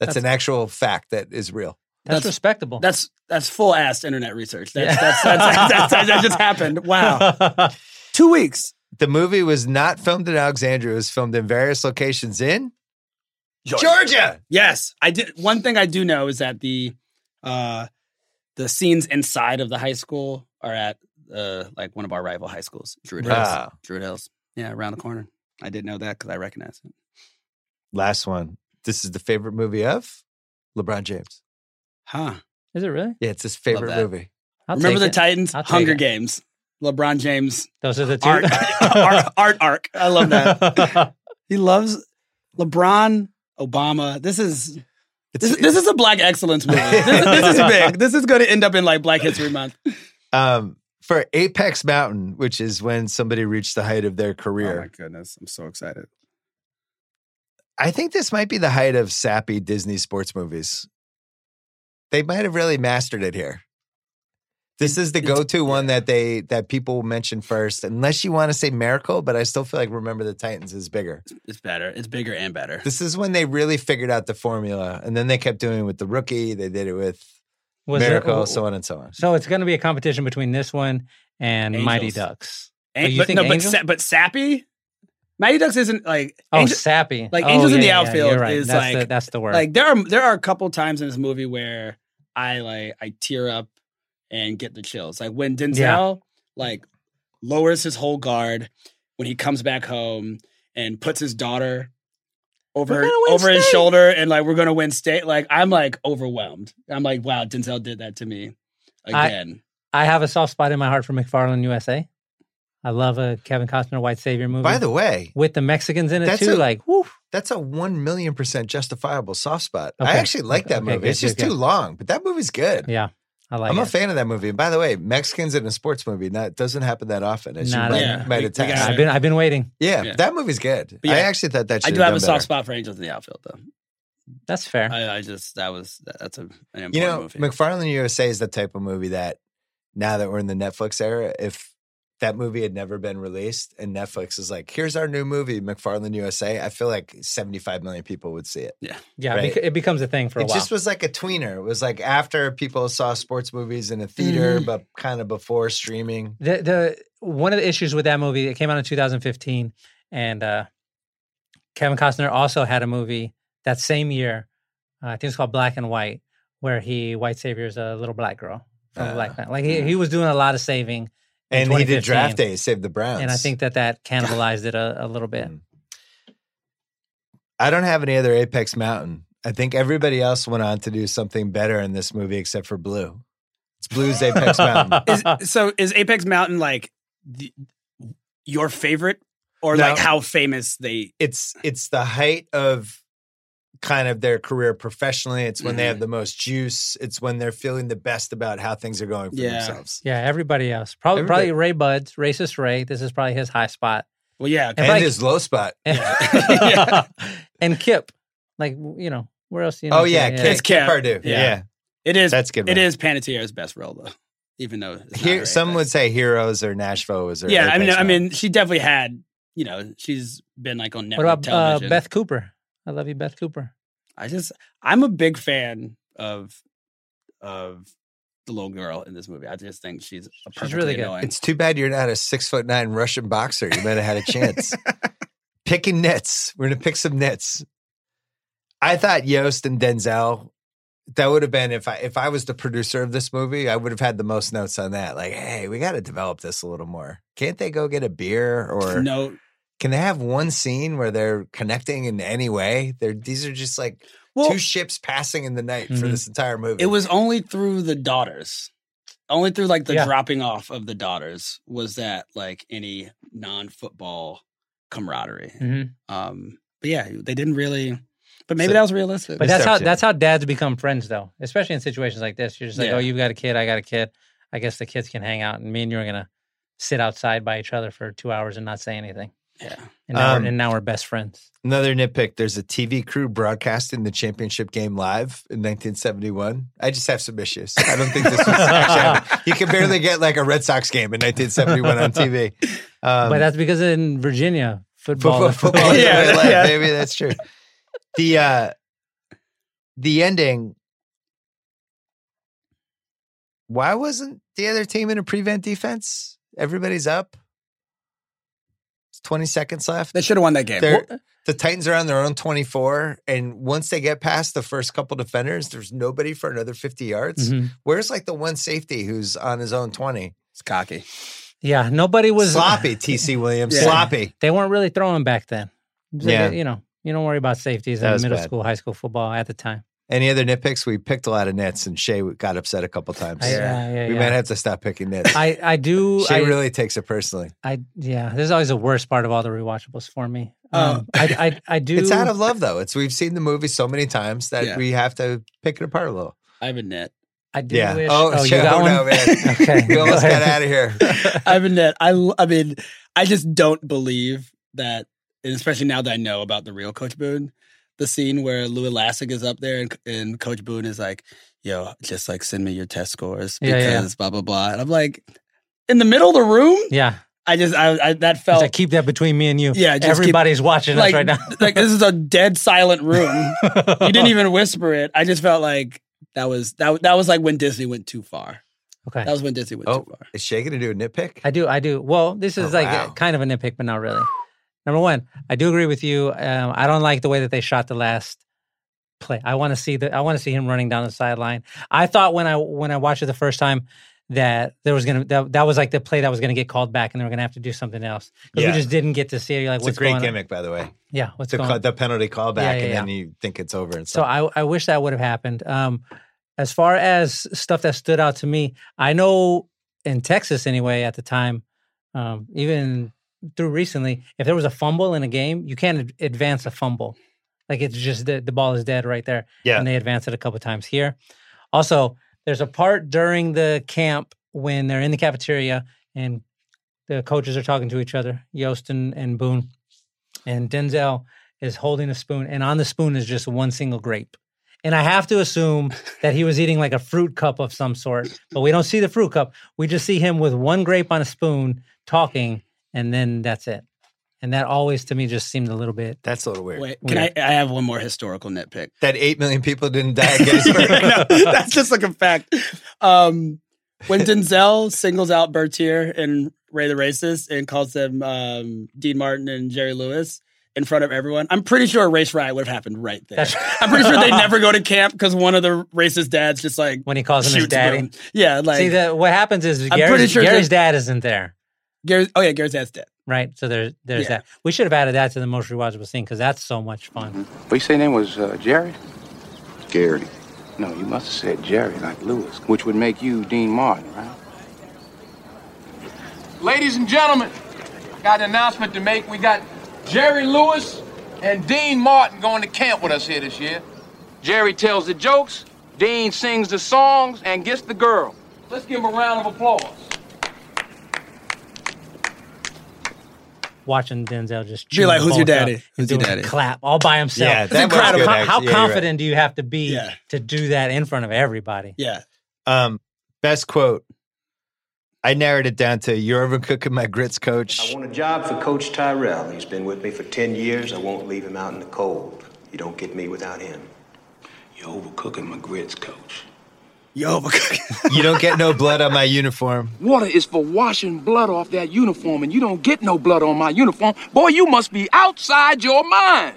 S1: That's,
S7: That's-
S1: an actual fact that is real.
S7: that's,
S8: that's-
S7: respectable.
S8: That's that's full assed internet research. That's,
S7: Yeah.
S8: that's, that's, that's, that's- that just happened. Wow, two weeks.
S1: The movie was not filmed in Alexandria; it was filmed in various locations in Georgia.
S8: Yes, I did. One thing I do know is that the uh, the scenes inside of the high school are at uh, like one of our rival high schools, Druid Hills.
S1: Ah.
S8: Druid Hills, yeah, around the corner. I did know that because I recognize it.
S1: Last one. This is the favorite movie of LeBron James.
S8: Huh?
S7: Is it really?
S1: Yeah, it's his favorite
S8: that.
S1: movie.
S7: I'll
S8: Remember the
S7: take it.
S8: Titans,
S7: I'll take
S8: Hunger
S7: it.
S8: Games, LeBron James
S7: Those are the two.
S8: art, art art arc. I love that. He loves LeBron, Obama. This is
S1: It's-
S8: this, this is a black excellence movie. This, this is big. This is going to end up in like Black History Month.
S1: um, for Apex Mountain, which is when somebody reached the height of their career.
S8: Oh goodness, I'm so excited.
S1: I think this might be the height of sappy Disney sports movies. They might have really mastered it here. This is the
S8: it's-
S1: go-to one that they that people mention first, unless you want to say Miracle. But I still feel like Remember the Titans is bigger.
S8: It's better. It's bigger and better.
S1: This is when they really figured out the formula, and then they kept doing it with the rookie. They did it with
S7: Was it-
S1: Miracle, so on and so on.
S7: So it's going to be a competition between this one and Mighty
S8: Angels.
S7: Ducks.
S8: And-
S7: Oh, you
S8: but
S7: think
S8: no, but,
S7: Angel?
S8: sa- but Sappy, Mighty Ducks isn't like
S7: Oh,
S8: Angel-
S7: sappy.
S8: like
S7: Oh,
S8: Angels in the
S7: yeah, yeah,
S8: Outfield
S7: you're right.
S8: is
S7: that's the,
S8: like-
S7: that's the word.
S8: like there are there are a couple times in this movie where I like I tear up and get the chills. Like when Denzel
S7: Yeah.
S8: like lowers his whole guard when he comes back home and puts his daughter
S7: We're
S8: over
S7: gonna win
S8: over his
S7: state.
S8: shoulder and like we're gonna win state. Like I'm like overwhelmed. I'm like wow, Denzel did that to me
S7: I-
S8: again.
S7: I have a soft spot in my heart for McFarland USA. I love a Kevin Costner White Savior movie.
S1: By the way,
S7: with the Mexicans in it
S1: That's
S7: too.
S1: a-
S7: like, woo.
S1: that's a one million percent justifiable soft spot. I
S7: Okay.
S1: actually like that
S7: Okay,
S1: movie.
S7: good,
S1: it's just
S7: good,
S1: too
S7: good.
S1: long, but that movie's good.
S7: Yeah. I like
S1: I'm
S7: it.
S1: a fan of that movie. And by the way, Mexicans in a sports movie that doesn't happen that often, as you
S7: Not
S1: might,
S7: at all.
S8: Yeah,
S1: might
S8: we- we
S1: attest.
S8: got
S7: I've been I've been waiting.
S1: yeah,
S8: Yeah.
S1: that movie's good.
S8: But yeah,
S1: I actually thought that
S8: I
S1: should
S8: do have a
S1: better.
S8: soft spot for Angels in the Outfield, though.
S7: That's fair.
S8: I, I just that was that, that's a, an important
S1: You know,
S8: movie.
S1: McFarlane USA is the type of movie that now that we're in the Netflix era, if that movie had never been released and Netflix is like, here's our new movie, McFarlane USA, I feel like 75 million people would see it.
S7: yeah,
S1: right.
S7: it, bec- it becomes a thing for a
S1: it
S7: while.
S1: just was like a tweener. It was like after people saw sports movies in a theater,
S7: Mm-hmm.
S1: but kind of before streaming.
S7: the the one of the issues with that movie it came out in 2015 and uh kevin costner also had a movie that same year uh, i think it's called black and white where he white saviors a little black girl from
S1: Ah.
S7: a black man like he, he was doing a lot of saving in
S1: And he did
S7: 2015,
S1: draft day, save the Browns.
S7: and i think that that cannibalized it a, a little bit
S1: Mm. I don't have any other Apex Mountain. I think everybody else went on to do something better in this movie except for Blue. It's Blue's Apex Mountain.
S8: Is- so is Apex Mountain like the, your favorite, or
S1: No.
S8: like how famous they?
S1: it's it's the height of kind of their career professionally. It's
S7: Mm-hmm.
S1: when they have the most juice. It's when they're feeling the best about how things are going for
S8: Yeah.
S1: themselves.
S7: yeah everybody else probably
S1: Everybody-
S7: probably ray buds racist ray this is probably his high spot
S8: Well, yeah,
S7: And
S1: And,
S7: like-
S1: his low spot.
S8: Yeah.
S7: and kip like you know where else do you know
S1: Oh yeah, Kip,
S8: It's
S1: Kip
S8: Kip.
S1: Pardue. Yeah.
S8: Yeah. it is.
S1: That's a good.
S8: It
S1: one.
S8: is Panettiere's best role though, even though it's not
S1: Here,
S8: her
S1: some would
S8: Apex.
S1: say Heroes or Nashville was. her
S8: Yeah, I mean,
S1: Apex
S8: I
S1: Mountain.
S8: mean, she definitely had. You know, she's been like on
S7: what
S8: network
S7: about uh,
S8: television.
S7: beth cooper i love you beth cooper
S8: I just, I'm a big fan of, of the little girl in this movie. I just think she's a perfectly
S7: really good.
S8: annoying.
S1: It's too bad you're not a six foot nine Russian boxer. You might have had a chance. Picking nits. We're gonna pick some nits. I thought Yost and Denzel. That would have been if I if I was the producer of this movie, I would have had the most notes on that. Like, hey, we got to develop this a little more. Can't they go get a beer or
S8: no.
S1: can they have one scene where they're connecting in any way? They're these are just like
S8: Well, Mm-hmm.
S1: two ships passing in the night for
S7: Mhm.
S1: this entire movie.
S8: it was only through the daughters, only through like the
S7: Yeah.
S8: dropping off of the daughters was that like any non-football camaraderie.
S7: Mhm.
S8: Um, but yeah, they didn't really. But maybe
S1: So-
S8: that was realistic.
S7: But that's how
S1: Perception.
S7: that's how dads become friends, though, especially in situations like this. You're just like,
S8: Yeah.
S7: oh, you've got a kid, I got a kid. I guess the kids can hang out, and me and you are gonna sit outside by each other for two hours and not say anything.
S8: yeah.
S7: And now,
S1: Um,
S7: we're, and now we're best friends.
S1: Another nitpick: There's a TV crew broadcasting the championship game live in 1971. I just have some issues. I don't think this was actually. happening. You can barely get like a Red Sox game in 1971 on TV. Um,
S7: but that's because in Virginia, football,
S1: football, football is
S8: Yeah,
S1: the way of life,
S8: yeah.
S1: baby. That's true. The uh, the ending. Why wasn't the other team in a prevent defense? Everybody's up. It's 20 seconds left.
S8: They should have won that game.
S1: They're, the Titans are on their own 24. And once they get past the first couple defenders, there's nobody for another 50 yards.
S7: Mhm.
S1: Where's like the one safety who's on his own 20?
S8: It's cocky.
S7: Yeah, nobody was
S1: sloppy, TC Williams.
S8: Yeah.
S1: Sloppy.
S7: They weren't really throwing back then. So
S1: Yeah.
S7: they- you know, you don't worry about safeties
S1: That
S7: in
S1: was
S7: middle
S1: bad.
S7: school, high school football at the time.
S1: Any other nitpicks? We picked a lot of nits and Shay got upset a couple times.
S7: I, yeah, yeah,
S1: we
S7: yeah.
S1: might have to stop picking nits.
S7: I, I do.
S1: Shay
S7: I-
S1: really takes it personally.
S7: I yeah, this is always the worst part of all the rewatchables for me.
S8: Oh.
S7: Um, I, I I do.
S1: It's out of love though. It's we've seen the movie so many times that
S8: Yeah.
S1: we have to pick it apart a little.
S8: I have a net.
S7: I do
S1: yeah.
S7: wish.
S1: Oh,
S7: you
S1: Shay,
S7: got
S1: oh
S7: one.
S1: no, man.
S7: Okay,
S1: we
S7: go
S1: almost got
S7: ahead.
S1: out of here.
S8: I have a net. I, l- I mean, I just don't believe that, and especially now that I know about the real Coach Boone, the scene where Lou Elastic is up there and, and Coach Boone is like, yo, just like send me your test scores
S7: Yeah,
S8: because
S7: yeah.
S8: blah, blah, blah. And I'm like, in the middle of the room?
S7: Yeah,
S8: I just, I, I that
S7: I
S8: felt
S7: keep that between me and you.
S8: Yeah, just keep-
S7: everybody's watching
S8: like,
S7: us right now.
S8: like this is a dead silent room. you didn't even whisper it. I just felt like that was, that, that was like when Disney went too far. That
S7: Okay,
S8: was when Disney went
S1: Oh,
S8: too far.
S1: is Shay gonna do a nitpick?
S7: I do. I do. Well, this is
S1: Oh,
S7: like
S1: wow.
S7: kind of a nitpick, but not really. Number one, I do agree with you. Um, I don't like the way that they shot the last play. I want to see the. I want to see him running down the sideline. I thought when I when I watched it the first time that there was gonna that, that was like the play that was gonna get called back and they were gonna have to do something else because
S1: Yeah.
S7: we just didn't get to see it. Like
S1: It's
S7: what's
S1: a great
S7: going
S1: gimmick, by the way.
S7: On? Yeah, what's
S1: It's a
S7: going
S1: call, the penalty callback,
S7: Yeah, yeah,
S1: and
S7: yeah.
S1: then you think it's over. And
S7: So
S1: stuff.
S7: I, I wish that would have happened. Um, as far as stuff that stood out to me, I know in Texas anyway at the time, um, even through recently, if there was a fumble in a game, you can't ad- advance a fumble. Like it's just the, the ball is dead right there.
S1: Yeah.
S7: And they advance it a couple times here. Also, There's a part during the camp when they're in the cafeteria and the coaches are talking to each other, Yost and, and Boone. And Denzel is holding a spoon, and on the spoon is just one single grape. And I have to assume that he was eating like a fruit cup of some sort, but we don't see the fruit cup. We just see him with one grape on a spoon talking, and then that's it. And that always to me just seemed a little bit.
S1: That's a little weird.
S8: Wait, can I? I have one more historical nitpick.
S1: That eight million people didn't die. Against
S8: Yeah, I know. That's just like a fact. Um, when Denzel singles out Bertier and Ray the Racist and calls them um, Dean Martin and Jerry Lewis in front of everyone, I'm pretty sure a race riot would have happened right there.
S7: That's-
S8: I'm pretty sure they never go to camp because one of the racist dads just like
S7: when he calls him his
S8: shoots
S7: daddy.
S8: them. Yeah, like
S7: see that what happens is
S8: I'm
S7: Gary's,
S8: pretty sure
S7: Gary's dad isn't there,
S8: Gary's, oh yeah, Gary's dad's dead.
S7: right? So there, there's
S8: Yeah.
S7: that. We should have added that to the most rewatchable scene because that's so much fun.
S12: What you say name was uh, Jerry?
S13: Gary.
S12: No, you must have said Jerry, like Lewis, which would make you Dean Martin, right?
S2: Ladies and gentlemen, got an announcement to make. We got Jerry Lewis and Dean Martin going to camp with us here this year.
S12: Jerry tells the jokes, Dean sings the songs, and gets the girl.
S2: Let's give them a round of applause.
S7: Watching Denzel just
S8: Be like,
S7: chewing
S8: "Who's your
S7: bones up
S8: daddy?
S7: and
S8: Who's your
S7: doing a
S8: daddy?"
S7: Clap all by himself.
S1: Yeah,
S7: it's
S1: that was
S7: incredible.
S1: good,
S7: How, how
S1: actually. Yeah, you're right.
S7: confident do you have to be
S8: Yeah.
S7: to do that in front of everybody?
S8: Yeah,
S1: Um, best quote. I narrowed it down to "You're overcooking my grits, coach."
S14: I want a job for Coach Tyrell. He's been with me for 10 years. I won't leave him out in the cold. You don't get me without him. You're overcooking my grits, Coach.
S8: Yo, because
S1: you don't get no blood on my uniform.
S12: Water is for washing blood off that uniform, and you don't get no blood on my uniform. Boy, you must be outside your mind.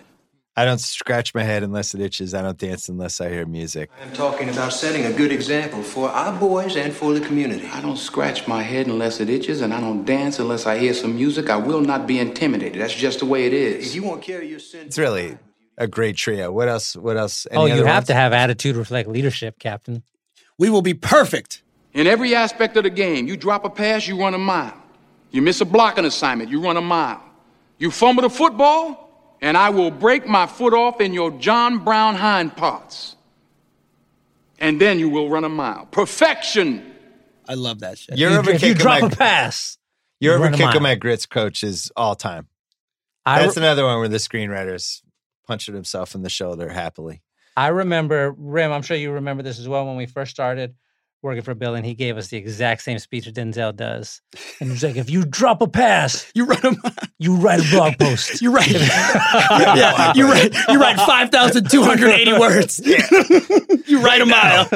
S1: I don't scratch my head unless it itches. I don't dance unless I hear music.
S14: I'm talking about setting a good example for our boys and for the community.
S12: I don't scratch my head unless it itches, and I don't dance unless I hear some music. I will not be intimidated. That's just the way it is.
S14: If you won't carry your sin.
S1: It's really a great trio. What else? What else?
S7: oh, you
S1: other
S7: have
S1: ones?
S7: to have attitude reflect leadership, Captain.
S8: We will be perfect.
S12: In every aspect of the game, you drop a pass, you run a mile. You miss a blocking assignment, you run a mile. You fumble the football, and I will break my foot off in your John Brown hind parts. And then you will run a mile. Perfection.
S8: I love that shit.
S1: You're
S7: If you
S1: overkicking
S7: drop
S1: my.
S7: a pass,
S1: You're
S7: run a
S1: overkicking
S7: mile.
S1: my grits, coach. Is all time.
S7: I
S1: That's
S7: re-
S1: another one where the screenwriter's punching himself in the shoulder happily.
S7: I remember Rim. I'm sure you remember this as well. When we first started working for Bill, and he gave us the exact same speech Denzel does, and he's like, "If you drop a pass,
S8: you run a
S7: you write a blog post.
S8: You're right. yeah, you write you write five thousand two hundred eighty words. you write a mile.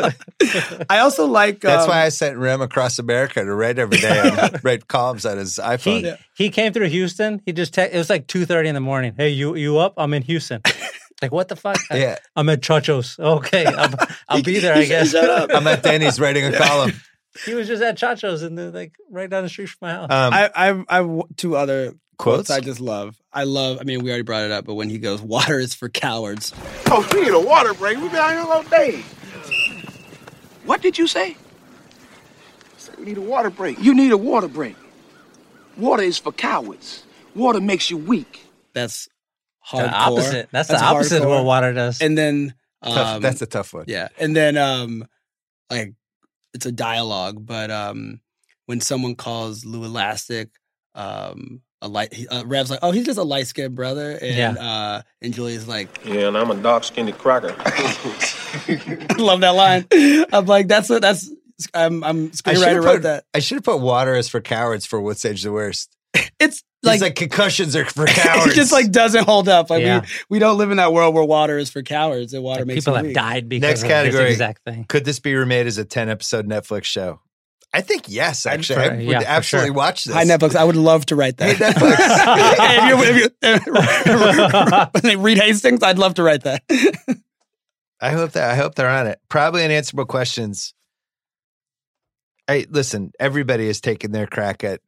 S8: I also like.
S1: That's
S8: um,
S1: why I sent Rem across America to write every day and write columns on his iPhone.
S7: He he came through Houston. He just te- it was like two thirty in the morning. Hey, you you up? I'm in Houston. like what the fuck? I-
S1: Yeah.
S7: I'm at Chacho's. Okay, I'll, I'll be there. I guess
S1: I'm at Denny's writing a column.
S7: he was just at Chacho's and then like right down the street from my house.
S1: Um,
S8: I, I I w- two other quotes?
S1: Quotes?
S8: I just love. I love. I mean, we already brought it up, but when he goes, "Water is for cowards."
S15: Coach, we need a water break. We've been out here all day.
S12: What did you say?
S15: We need a water break.
S12: You need a water break. Water is for cowards. Water makes you weak.
S8: That's
S7: the
S8: hardcore.
S7: opposite. That's, the opposite of
S8: hardcore.
S7: what water does.
S8: And then
S1: Tough-
S8: um,
S1: that's a tough one.
S8: yeah, and then um, like it's a dialogue, but um, when someone calls Lou Elastic, um, a light, he- uh, Rev's like, "Oh, he's just a light skinned brother," and
S9: Yeah.
S8: uh, and Julia's like.
S9: Yeah, and I'm a dark-skinned cracker.
S8: I love that line. I'm like, that's what that's. I'm I'm
S1: I should've
S8: screenwriter
S1: put-
S8: wrote that.
S1: I should have put water is for cowards for what's age the worst.
S8: It's
S1: Like,
S8: like,
S1: like concussions are for cowards.
S8: it just like doesn't hold up. Like
S7: Yeah.
S8: we we don't live in that world where water is for cowards and water
S7: Like,
S8: makes
S7: people
S8: you
S7: have
S8: weak.
S7: died because
S1: Next
S7: of
S1: category.
S7: this exact thing.
S1: could this be remade as a ten episode Netflix show? I think yes. Actually, I
S7: for-
S1: would
S7: yeah, for
S1: absolutely
S7: sure.
S1: watch this.
S8: Hi Netflix. I would love to write that.
S1: Hey, Netflix.
S8: if you if you Reed Hastings, I'd love to write that.
S1: I hope that I hope they're on it. Probably unanswerable questions. I listen. Everybody has taken their crack at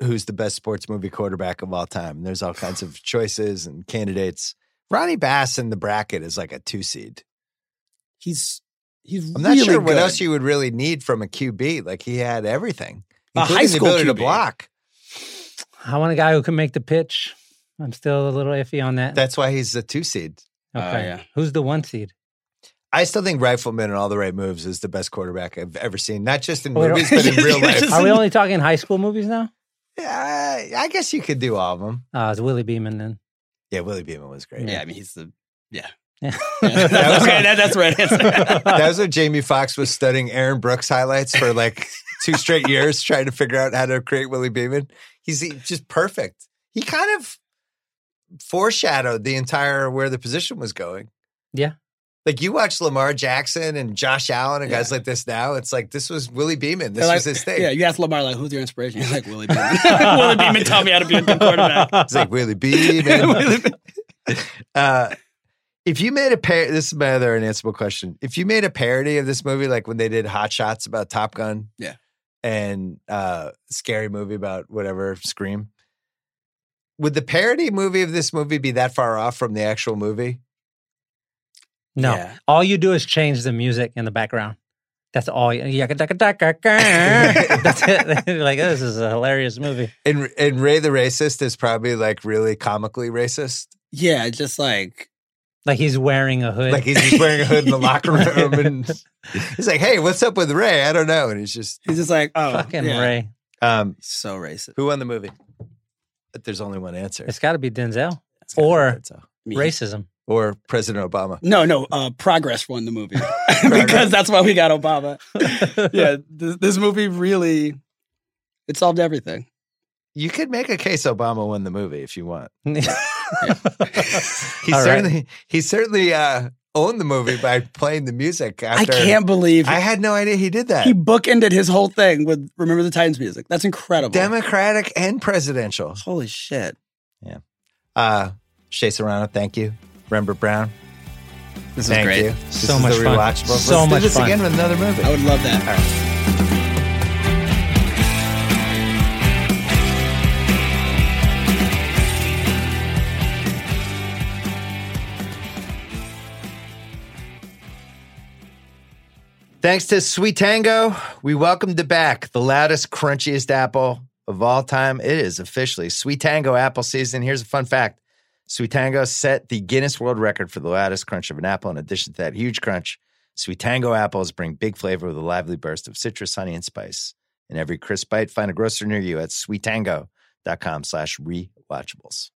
S1: who's the best sports movie quarterback of all time. There's all kinds of choices and candidates. Ronnie Bass in the bracket is like a two seed.
S8: He's he's
S1: I'm not
S8: really
S1: sure what
S8: good.
S1: else you would really need from a QB. Like he had everything,
S8: A
S1: including
S8: high school
S1: the ability to
S8: QB.
S1: block.
S7: I want a guy who can make the pitch. I'm still a little iffy on that.
S1: That's why he's a two seed.
S7: okay,
S8: Oh, yeah.
S7: who's the one seed?
S1: I still think Rifleman and All the Right Moves is the best quarterback I've ever seen. Not just in
S8: Oh,
S7: Wait,
S1: movies, but in real life.
S7: Are we only talking high school movies now?
S1: Yeah, I guess you could do all of them.
S7: Uh, it's Willie Beeman then.
S1: Yeah, Willie Beeman was great.
S8: Yeah, I mean he's the yeah.
S7: Yeah.
S8: Yeah, that's, okay, that, that's the right answer.
S1: that was when Jamie Foxx was studying Aaron Brooks highlights for like two straight years, trying to figure out how to create Willie Beeman. He's just perfect. He kind of foreshadowed the entire where the position was going.
S7: Yeah.
S1: Like you watch Lamar Jackson and Josh Allen and guys like this now, it's like this was Willie Beeman. This
S8: They're like-
S1: was his thing.
S8: Yeah, you ask Lamar like, "Who's your inspiration?" He's like, "Willie Beeman." Willie Beeman taught me how to be a good quarterback.
S1: It's like Willie Beeman. uh, if you made a par- this is my other unanswerable question. If you made a parody of this movie, like when they did Hot Shots about Top Gun,
S8: Yeah.
S1: and uh, scary movie about whatever Scream, would the parody movie of this movie be that far off from the actual movie?
S7: No.
S1: Yeah.
S7: All you do is change the music in the background. That's all. You, yaka daka daka ka. That's it. like this is a hilarious movie.
S1: And and Ray the racist is probably like really comically racist.
S8: Yeah, just like
S7: Like he's wearing a hood.
S1: Like he's just wearing a hood in the locker room, and he's like, "Hey, what's up with Ray? I don't know." And he's just
S8: he's just like, "Oh,
S7: Fucking
S8: yeah.
S7: Ray.
S1: um,
S8: so racist."
S1: Who won the movie? But there's only one answer.
S7: It's got to be Denzel
S1: It's gotta be
S7: or
S1: Denzel.
S8: Me.
S7: racism.
S1: or President Obama.
S8: No, no. Uh, Progress won the movie because that's why we got Obama. yeah, this, this movie really it solved everything.
S1: You could make a case Obama won the movie if you want. He
S7: All right.
S1: certainly he certainly uh, owned the movie by playing the music. After,
S8: I can't believe
S1: I had no idea he did that.
S8: he bookended his whole thing with "Remember the Titans" music. That's incredible.
S1: Democratic and presidential.
S8: Holy shit!
S1: Uh, Shea Serrano, thank you. Rembert Brown,
S8: This
S1: thank
S8: is great.
S1: you. This
S7: So
S1: is
S7: much
S1: the
S7: fun.
S1: rewatchable.
S7: So
S1: Let's
S7: much
S1: do this
S7: fun.
S1: again with another movie.
S8: I would love that.
S1: All right. Thanks to Sweet Tango, we welcomed it back the loudest, crunchiest apple of all time. It is officially Sweet Tango apple season. Here's a fun fact Sweet Tango set the Guinness World Record for the loudest crunch of an apple. In addition to that huge crunch, Sweet Tango apples bring big flavor with a lively burst of citrus, honey, and spice. In every crisp bite, find a grocer near you at sweetango.com slash rewatchables.